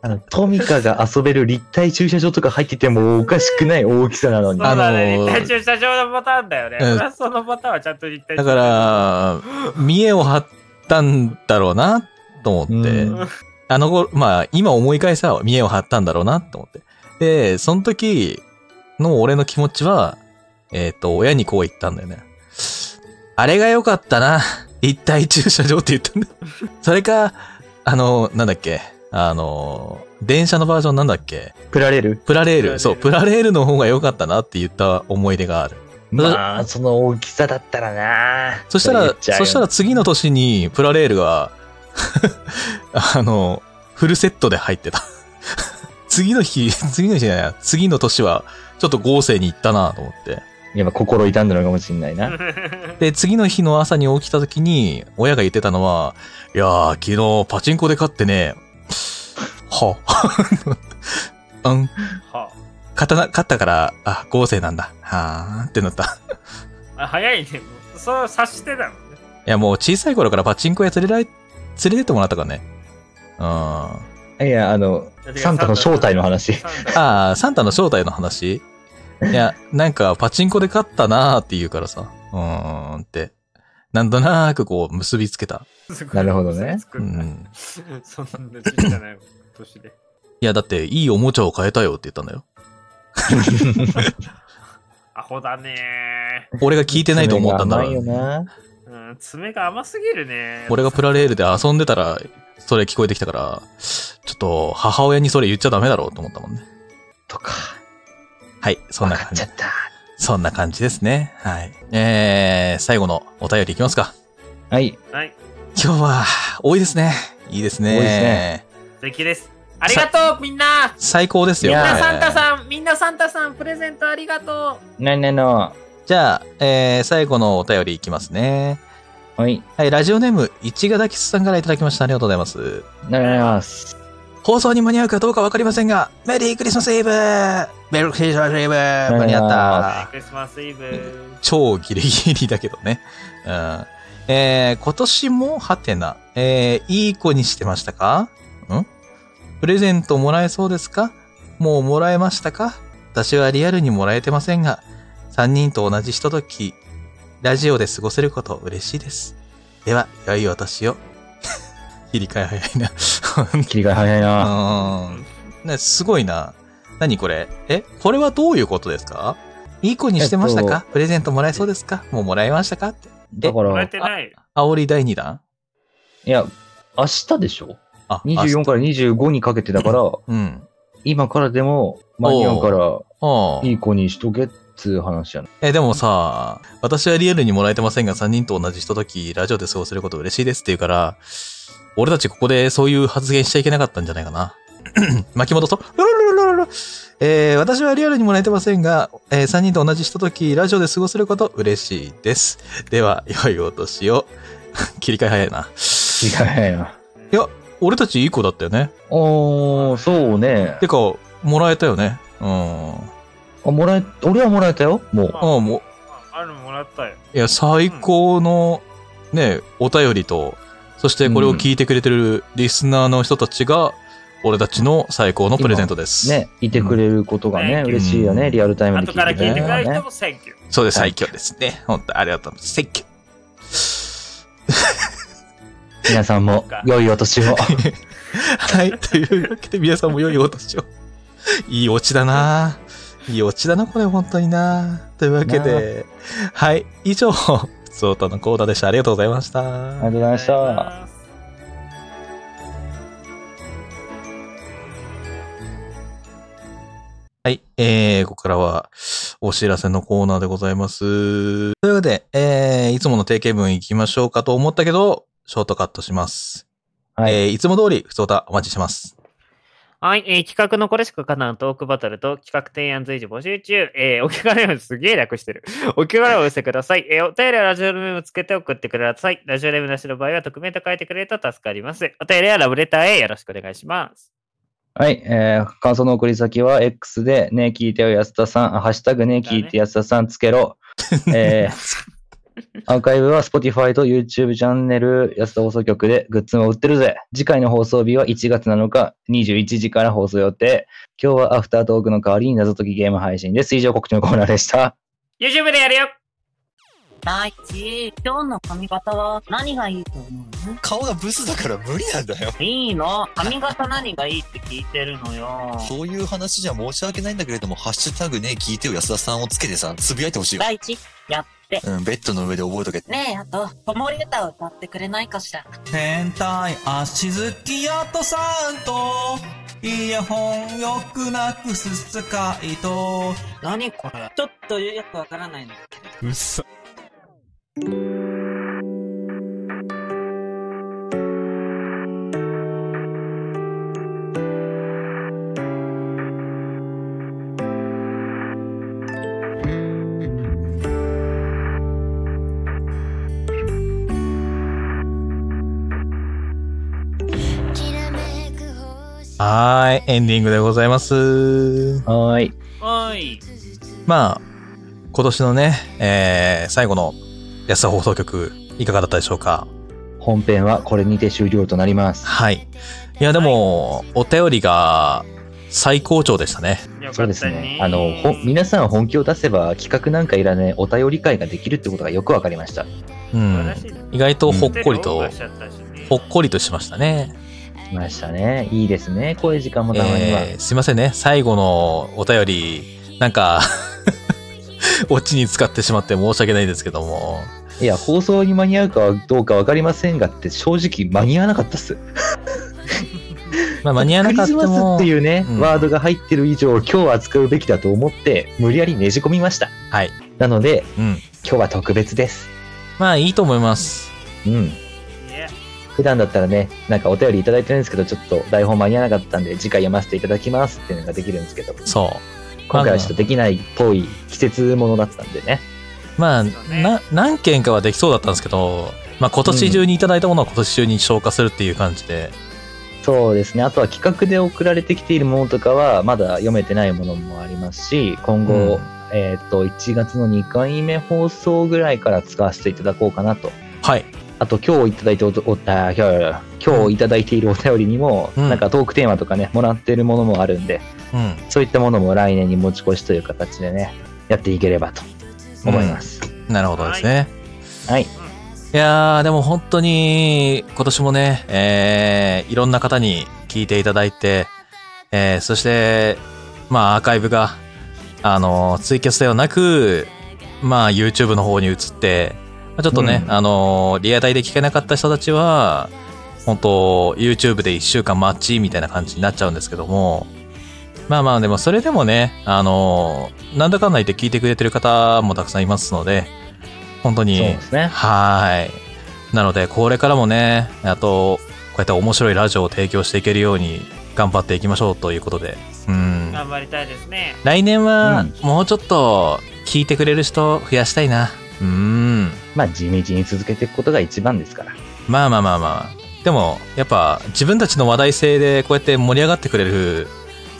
Speaker 5: あの、トミカが遊べる立体駐車場とか入っててもおかしくない大きさなの
Speaker 1: そう
Speaker 5: に。
Speaker 3: あの
Speaker 1: だね、
Speaker 3: ー
Speaker 1: 立体駐車場のパターンだよね。
Speaker 3: うん
Speaker 1: 俺はそのパターンはちゃんと立体
Speaker 3: だ
Speaker 1: 駐車
Speaker 3: か
Speaker 1: 場
Speaker 3: ら、見栄を張ったんだろうな、と思って。
Speaker 5: うん
Speaker 3: あの頃、まあ、今思い返さ、見栄を張ったんだろうな、と思って。で、その時の俺の気持ちは、えっ、と、親にこう言ったんだよね。あれが良かったな。立体駐車場って言ったんだ。それか、あの、なんだっけ。あの、電車のバージョンなんだっけ。
Speaker 5: プラレール
Speaker 3: プラレー
Speaker 1: プラレー
Speaker 3: ル。
Speaker 1: ル
Speaker 3: そう、プラレールの方が良かったなって言った思い出がある。
Speaker 5: まあ、その大きさだったらな
Speaker 3: そしたら、そした
Speaker 5: ら、
Speaker 3: ら次の年にプラレールが、 あの、フルセットで入ってた。 次の日、次の日じゃないや、次の年は、ちょっと合成に行ったなと思って。
Speaker 5: やっぱ心痛んだのかもしれないな。
Speaker 3: で、次の日の朝に起きた時に、親が言ってたのは、いやー、昨日パチンコで勝ってね、は、 うん、
Speaker 1: は
Speaker 3: 勝たな、勝ったから、あ、合成なんだ、はーってなった。
Speaker 1: あ、あ早いね。もうそう察してたのね。
Speaker 3: いや、もう小さい頃からパチンコ屋連れられ、連れてってもらったからね。うん。
Speaker 5: いや、あの、サンタの正体の話。
Speaker 1: サンタ
Speaker 3: ああ、サンタの正体の話いや、なんか、パチンコで勝ったなーって言うからさ、うーんって、なんとなーくこう、結びつけた。
Speaker 5: なるほどね。
Speaker 1: 作
Speaker 3: う。
Speaker 1: るなんそんなちっちゃな年で。
Speaker 3: いや、だって、いいおもちゃを買えたよって言ったんだよ。
Speaker 1: アホだね
Speaker 3: 俺が聞いてないと思ったんだ
Speaker 5: 爪が甘いよ
Speaker 3: ら、
Speaker 5: な。
Speaker 1: うん、爪が甘すぎるね。
Speaker 3: 俺がプラレールで遊んでたら、それ聞こえてきたから、ちょっと、母親にそれ言っちゃダメだろうと思ったもんね。
Speaker 5: とか、
Speaker 3: はい、そん
Speaker 5: わ
Speaker 3: な
Speaker 5: か
Speaker 3: 感
Speaker 5: っち
Speaker 3: じ
Speaker 5: ゃ。った。
Speaker 3: そんな感じですね。はい。えー、最後のお便りいきますか。
Speaker 5: はい。
Speaker 1: はい、
Speaker 3: 今日は、多いですね。いいですね。
Speaker 5: 多いですね
Speaker 1: 素敵です。ありがとう、みんな
Speaker 3: 最高ですよ。
Speaker 5: い
Speaker 1: みん
Speaker 5: や
Speaker 1: な
Speaker 5: ー
Speaker 1: サンタさん、みんなサンタさん、プレゼントありがと
Speaker 5: なんなの。
Speaker 3: じゃあ、えー最後のお便りいきますね。
Speaker 5: はい。
Speaker 3: はい、ラジオネーム、市ヶ田吉さんからいただきました。ありがとうございます。
Speaker 5: なります。
Speaker 3: 放送に間に合うかどうかわかりませんが、メリークリスマスイブメリークリスマスイブ間に合っ
Speaker 1: う。
Speaker 3: た
Speaker 1: ク。リスマスイブ。
Speaker 3: 超ギリギリだけどね。うん。えー今年もハテナ。えーいい子にしてましたかんプレゼントもらえそうですかもうもらえましたか私はリアルにもらえてませんが、3人と同じひととき、ラジオで過ごせること嬉しいです。では、良いお年を。 切り替え早いな。
Speaker 5: 切り替え早いな。
Speaker 3: うん。ね、すごいな。何これえこれはどういうことですかいい子にしてましたか、プレゼントもらえそうですかもうもらえましたかって。
Speaker 5: だか
Speaker 1: もら
Speaker 5: ら、
Speaker 1: え
Speaker 5: い
Speaker 1: てない。
Speaker 3: 煽り第2弾
Speaker 5: や、明日でしょ
Speaker 3: あ、あ
Speaker 5: ?24 から25にかけてだから、
Speaker 3: うん。
Speaker 5: 今からでも間に合うから、
Speaker 3: ああ。
Speaker 5: いい子にしとけっつう話 やな。
Speaker 3: え、でもさ、私はリアルにもらえてませんが、3人と同じひととき、ラジオで過ごせること嬉しいですって言うから、俺たちここでそういう発言しちゃいけなかったんじゃないかな。 巻き戻そう。ロロロロロロえー私はリアルにもらえてませんが、え3人と同じひととき、ラジオで過ごせること嬉しいです。では、良いお年を。 切り替え早いな。
Speaker 5: 切り替え早いな。
Speaker 3: いや、俺たちいい子だったよね。
Speaker 5: おー、そうね。
Speaker 3: てか、もらえたよね。うん。あ
Speaker 5: あ、もらえ、俺はもらえたよ。もう。
Speaker 3: あ、もう、
Speaker 1: あるのもらったよ。
Speaker 3: いや、最高の、ね、お便りと、そしてこれを聞いてくれてるリスナーの人たちが、俺たちの最高のプレゼントです。
Speaker 5: ね、いてくれることがね、
Speaker 1: うん
Speaker 5: 嬉しいよ
Speaker 3: うん
Speaker 5: ね、リアルタイムで
Speaker 1: 後から聞いて
Speaker 5: く
Speaker 1: く
Speaker 5: れ
Speaker 1: れる
Speaker 5: るの
Speaker 1: 人
Speaker 5: はね。
Speaker 1: もセンキュー。
Speaker 3: そうです、最強ですね。本当ありがとうございます。最強。
Speaker 5: 皆さんも
Speaker 1: そっか、
Speaker 5: 良いお年を。
Speaker 3: はい、 というわけで皆さんも良いお年を。 いいオチだなぁいいオチだな、これ本当になぁというわけで、はい、以上、ふつおたのコーナーでした。ありがとうございました。
Speaker 5: ありがとうございました。
Speaker 3: はい。えー、ここからは、お知らせのコーナーでございます。というわけで、えー、いつもの定型文行きましょうかと思ったけど、ショートカットします。
Speaker 5: はい
Speaker 3: えー、いつも通り、普通歌お待ちしてます。
Speaker 1: はい、えー企画のこれしか勝たんトークバトルと企画提案随時募集中。えーお気軽に、すげえ略してる。 お気軽にお寄せください。えーお便りはラジオネームつけて送ってください。ラジオネームなしの場合は匿名と書いてくれると助かります。お便りはラブレターへよろしくお願いします。
Speaker 5: はい、えー、感想の送り先は X で、ねえ聞いてよ安田さん、あハッシュタグねえ聞いて安田さんつけろ。 えー、アーカイブは Spotify と YouTube チャンネル安田放送局でグッズも売ってるぜ。次回の放送日は1月7日21時から放送予定。今日はアフタートークの代わりに謎解きゲーム配信です。以上告知のコーナーでした。
Speaker 1: YouTube でやるよ
Speaker 7: 大地、今日の髪型は何がいいと思う
Speaker 8: 顔がブスだから無理なんだよ。
Speaker 7: いいの髪型何がいいって聞いてるのよ。
Speaker 8: そういう話じゃ申し訳ないんだけれども、ハッシュタグね、聞いてよ安田さんをつけてさ、つぶやいてほしいよ。
Speaker 7: 大地、やって。
Speaker 8: うん、ベッドの上で覚えとけ。
Speaker 7: ねえ、あと、子守歌を歌ってくれないかしら。
Speaker 9: 変態足付きやとさんとイヤホンよくなくす使いと
Speaker 7: 何これちょっとよくわからないんだけど。
Speaker 9: うっさ
Speaker 3: はーい、エンディングでございます。
Speaker 5: はーい。
Speaker 1: おーい。
Speaker 3: まあ、今年のね、えー、最後の安田放送局、いかがだったでしょうか
Speaker 5: 本編はこれにて終了となります。
Speaker 3: はい。いや、でも、お便りが最高潮でしたね。
Speaker 1: よ
Speaker 5: そ
Speaker 1: か
Speaker 5: う
Speaker 1: っ
Speaker 5: です
Speaker 1: た
Speaker 5: ね
Speaker 1: ね。。
Speaker 5: あの、ほ皆さん本気を出せば企画なんかいらねえお便り会ができるってことがよくわかりました。
Speaker 3: う
Speaker 1: 素晴
Speaker 3: ん
Speaker 1: ら。しいね
Speaker 3: 意外とほっこりと、
Speaker 1: お便りオーバーしちゃったしね
Speaker 3: ほっこりとしましたね。
Speaker 5: 来ましたね。いいですね。こういう時間もたまには。
Speaker 3: えーすいませんね。最後のお便り、なんか、 オチに使ってしまって申し訳ないですけども。
Speaker 5: いや、放送に間に合うかはどうかわかりませんがって正直間に合わなかったっす。
Speaker 3: まあ、間に合わなかった
Speaker 5: クリスマス
Speaker 3: も
Speaker 5: って、いうね、
Speaker 3: うん
Speaker 5: ワードが入ってる以上今日は扱うべきだと思って無理やりねじ込みました。
Speaker 3: はい。
Speaker 5: なので
Speaker 3: うん。
Speaker 5: 今日は特別です。
Speaker 3: まあ、いいと思います。
Speaker 5: うん。
Speaker 1: いや
Speaker 5: 普段だったらね、なんかお便りいただいてるんですけど、ちょっと台本間に合わなかったんで次回読ませていただきますっていうのができるんですけど、
Speaker 3: そう。
Speaker 5: 今回はちょっとできないっぽい季節ものだったんでね。
Speaker 3: まあ、
Speaker 1: そうね
Speaker 3: な何件かはできそうだったんですけど、まあ、今年中にいただいたものは今年中に消化するっていう感じで、
Speaker 5: そうですね。あとは企画で送られてきているものとかは、まだ読めてないものもありますし、今後、
Speaker 3: うん
Speaker 5: えっ、と、1月の2回目放送ぐらいから使わせていただこうかなと。
Speaker 3: はい。
Speaker 5: あと、今日いただいておと、おあ今日、今日いただいているお便りにも、
Speaker 3: うん
Speaker 5: なんかトークテーマとかね、もらってるものもあるんで、
Speaker 3: うん。
Speaker 5: そういったものも来年に持ち越しという形でね、やっていければと思います。
Speaker 3: なるほどですね。
Speaker 5: はい。
Speaker 3: いやー、でも本当に、今年もね、えー、いろんな方に聞いていただいて、えー、そして、まあ、アーカイブが、あの、ツイキャスではなく、まあ、YouTube の方に移って、まあちょっとね、
Speaker 10: うん
Speaker 3: あの、リアタイで聞けなかった人たちは、本当 YouTube で1週間待ちみたいな感じになっちゃうんですけども、まあまあ、でもそれでもね、あの、なんだかんだ言って聞いてくれてる方もたくさんいますので、本当に、
Speaker 5: そうですね。
Speaker 3: はい。なので、これからもね、あと、こうやって面白いラジオを提供していけるように頑張っていきましょうということで。うん。
Speaker 4: 頑張りたいですね。
Speaker 3: 来年
Speaker 5: う
Speaker 3: は
Speaker 5: ん、
Speaker 3: もうちょっと、聞いてくれる人増やしたいな。うん。
Speaker 5: まあ、地道に続けていくことが一番ですから。
Speaker 3: まあまあまあまあ。でも、やっぱ、自分たちの話題性で、こうやって盛り上がってくれる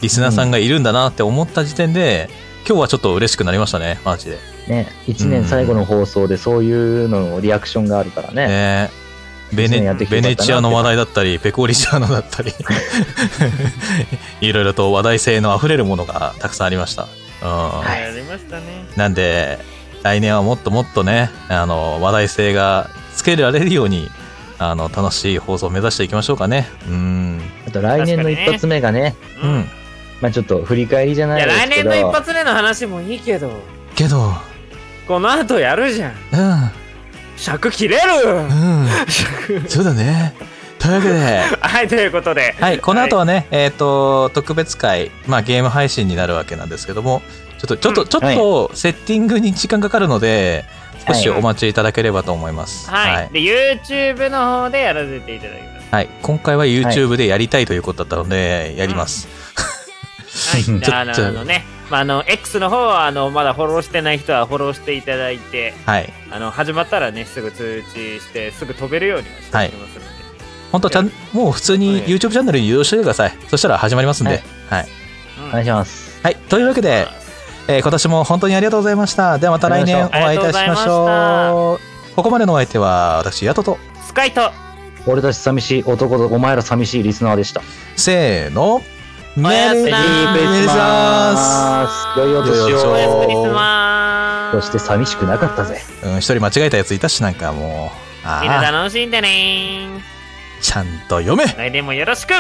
Speaker 3: リスナーさんがいるんだなって思った時点で、今日はちょっと嬉しくなりましたね、マジで。
Speaker 5: ね、一年最後の放送でそういうののリアクションがあるからね。
Speaker 3: ねベ
Speaker 5: 一年
Speaker 3: ネ
Speaker 5: やってきて
Speaker 3: ベ
Speaker 5: よかったな
Speaker 3: ネチアの話題だったり、ペコリチアのだ ったり、いろいろと話題性のあふれるものがたくさんありました。うん
Speaker 5: はい
Speaker 4: やりましたね。
Speaker 3: なんで、来年はもっともっとね、あの話題性がつけられるようにあの、楽しい放送を目指していきましょうかね。うん。
Speaker 5: あと来年の一発目がね、
Speaker 4: う
Speaker 3: うん。
Speaker 5: まあちょっと振り返りじゃないい
Speaker 4: や、
Speaker 5: です
Speaker 4: 来
Speaker 5: け
Speaker 4: 年
Speaker 5: ど、
Speaker 4: の一発目の話もいいけど、
Speaker 3: けど、
Speaker 4: この後やるじゃん。
Speaker 3: うん、
Speaker 4: 尺切れる
Speaker 3: うん。そうだね。というわけで、
Speaker 4: はい、ということで。
Speaker 3: はい、この後はね、えっ、と、特別会、まあゲーム配信になるわけなんですけども、ちょっと、ちょっと、ちょっと、セッティングに時間かかるので、少しお待ちいただければと思います。
Speaker 4: は。
Speaker 3: はいい。
Speaker 4: で、YouTube の方でやらせていただきます。
Speaker 3: はい今回は YouTube でやりたいということだったので、やります。
Speaker 4: は い、
Speaker 3: ちょっ
Speaker 4: じゃあ、あの
Speaker 3: ちょ
Speaker 4: あのね、まあ、あの、X の方は、あの、まだフォローしてない人はフォローしていただいて、
Speaker 3: はい。
Speaker 4: あの、始まったらね、すぐ通知して、すぐ飛べるようにはしていきますので。
Speaker 3: 本当ちゃん、もう普通に YouTube チャンネルに誘導しててください。そしたら始まりますんで。はい。はい。
Speaker 4: うん
Speaker 5: お願いします。
Speaker 3: というわけで、えー今年も本当にありがとうございました。ではまた来年お会いいたしまし
Speaker 4: ありがとう
Speaker 3: ょう。ここまでのお相手は、私、ヤトと、
Speaker 4: スカイと、
Speaker 5: 俺たち寂しい男とお前ら寂しいリスナーでした。
Speaker 3: せーの、
Speaker 4: おやす
Speaker 3: メ
Speaker 4: みなさい
Speaker 3: リークリスマ
Speaker 5: 良いお年
Speaker 3: 良いお
Speaker 5: を。
Speaker 4: おやすみにし
Speaker 5: そ
Speaker 4: まーす。
Speaker 5: して寂しくなかったぜ。。
Speaker 3: スうん、一人間違えたやついたしなんかもう、
Speaker 4: みんな
Speaker 3: ああ、
Speaker 4: 楽しんでねー。
Speaker 3: ちゃんと読め
Speaker 4: 来年もよろしく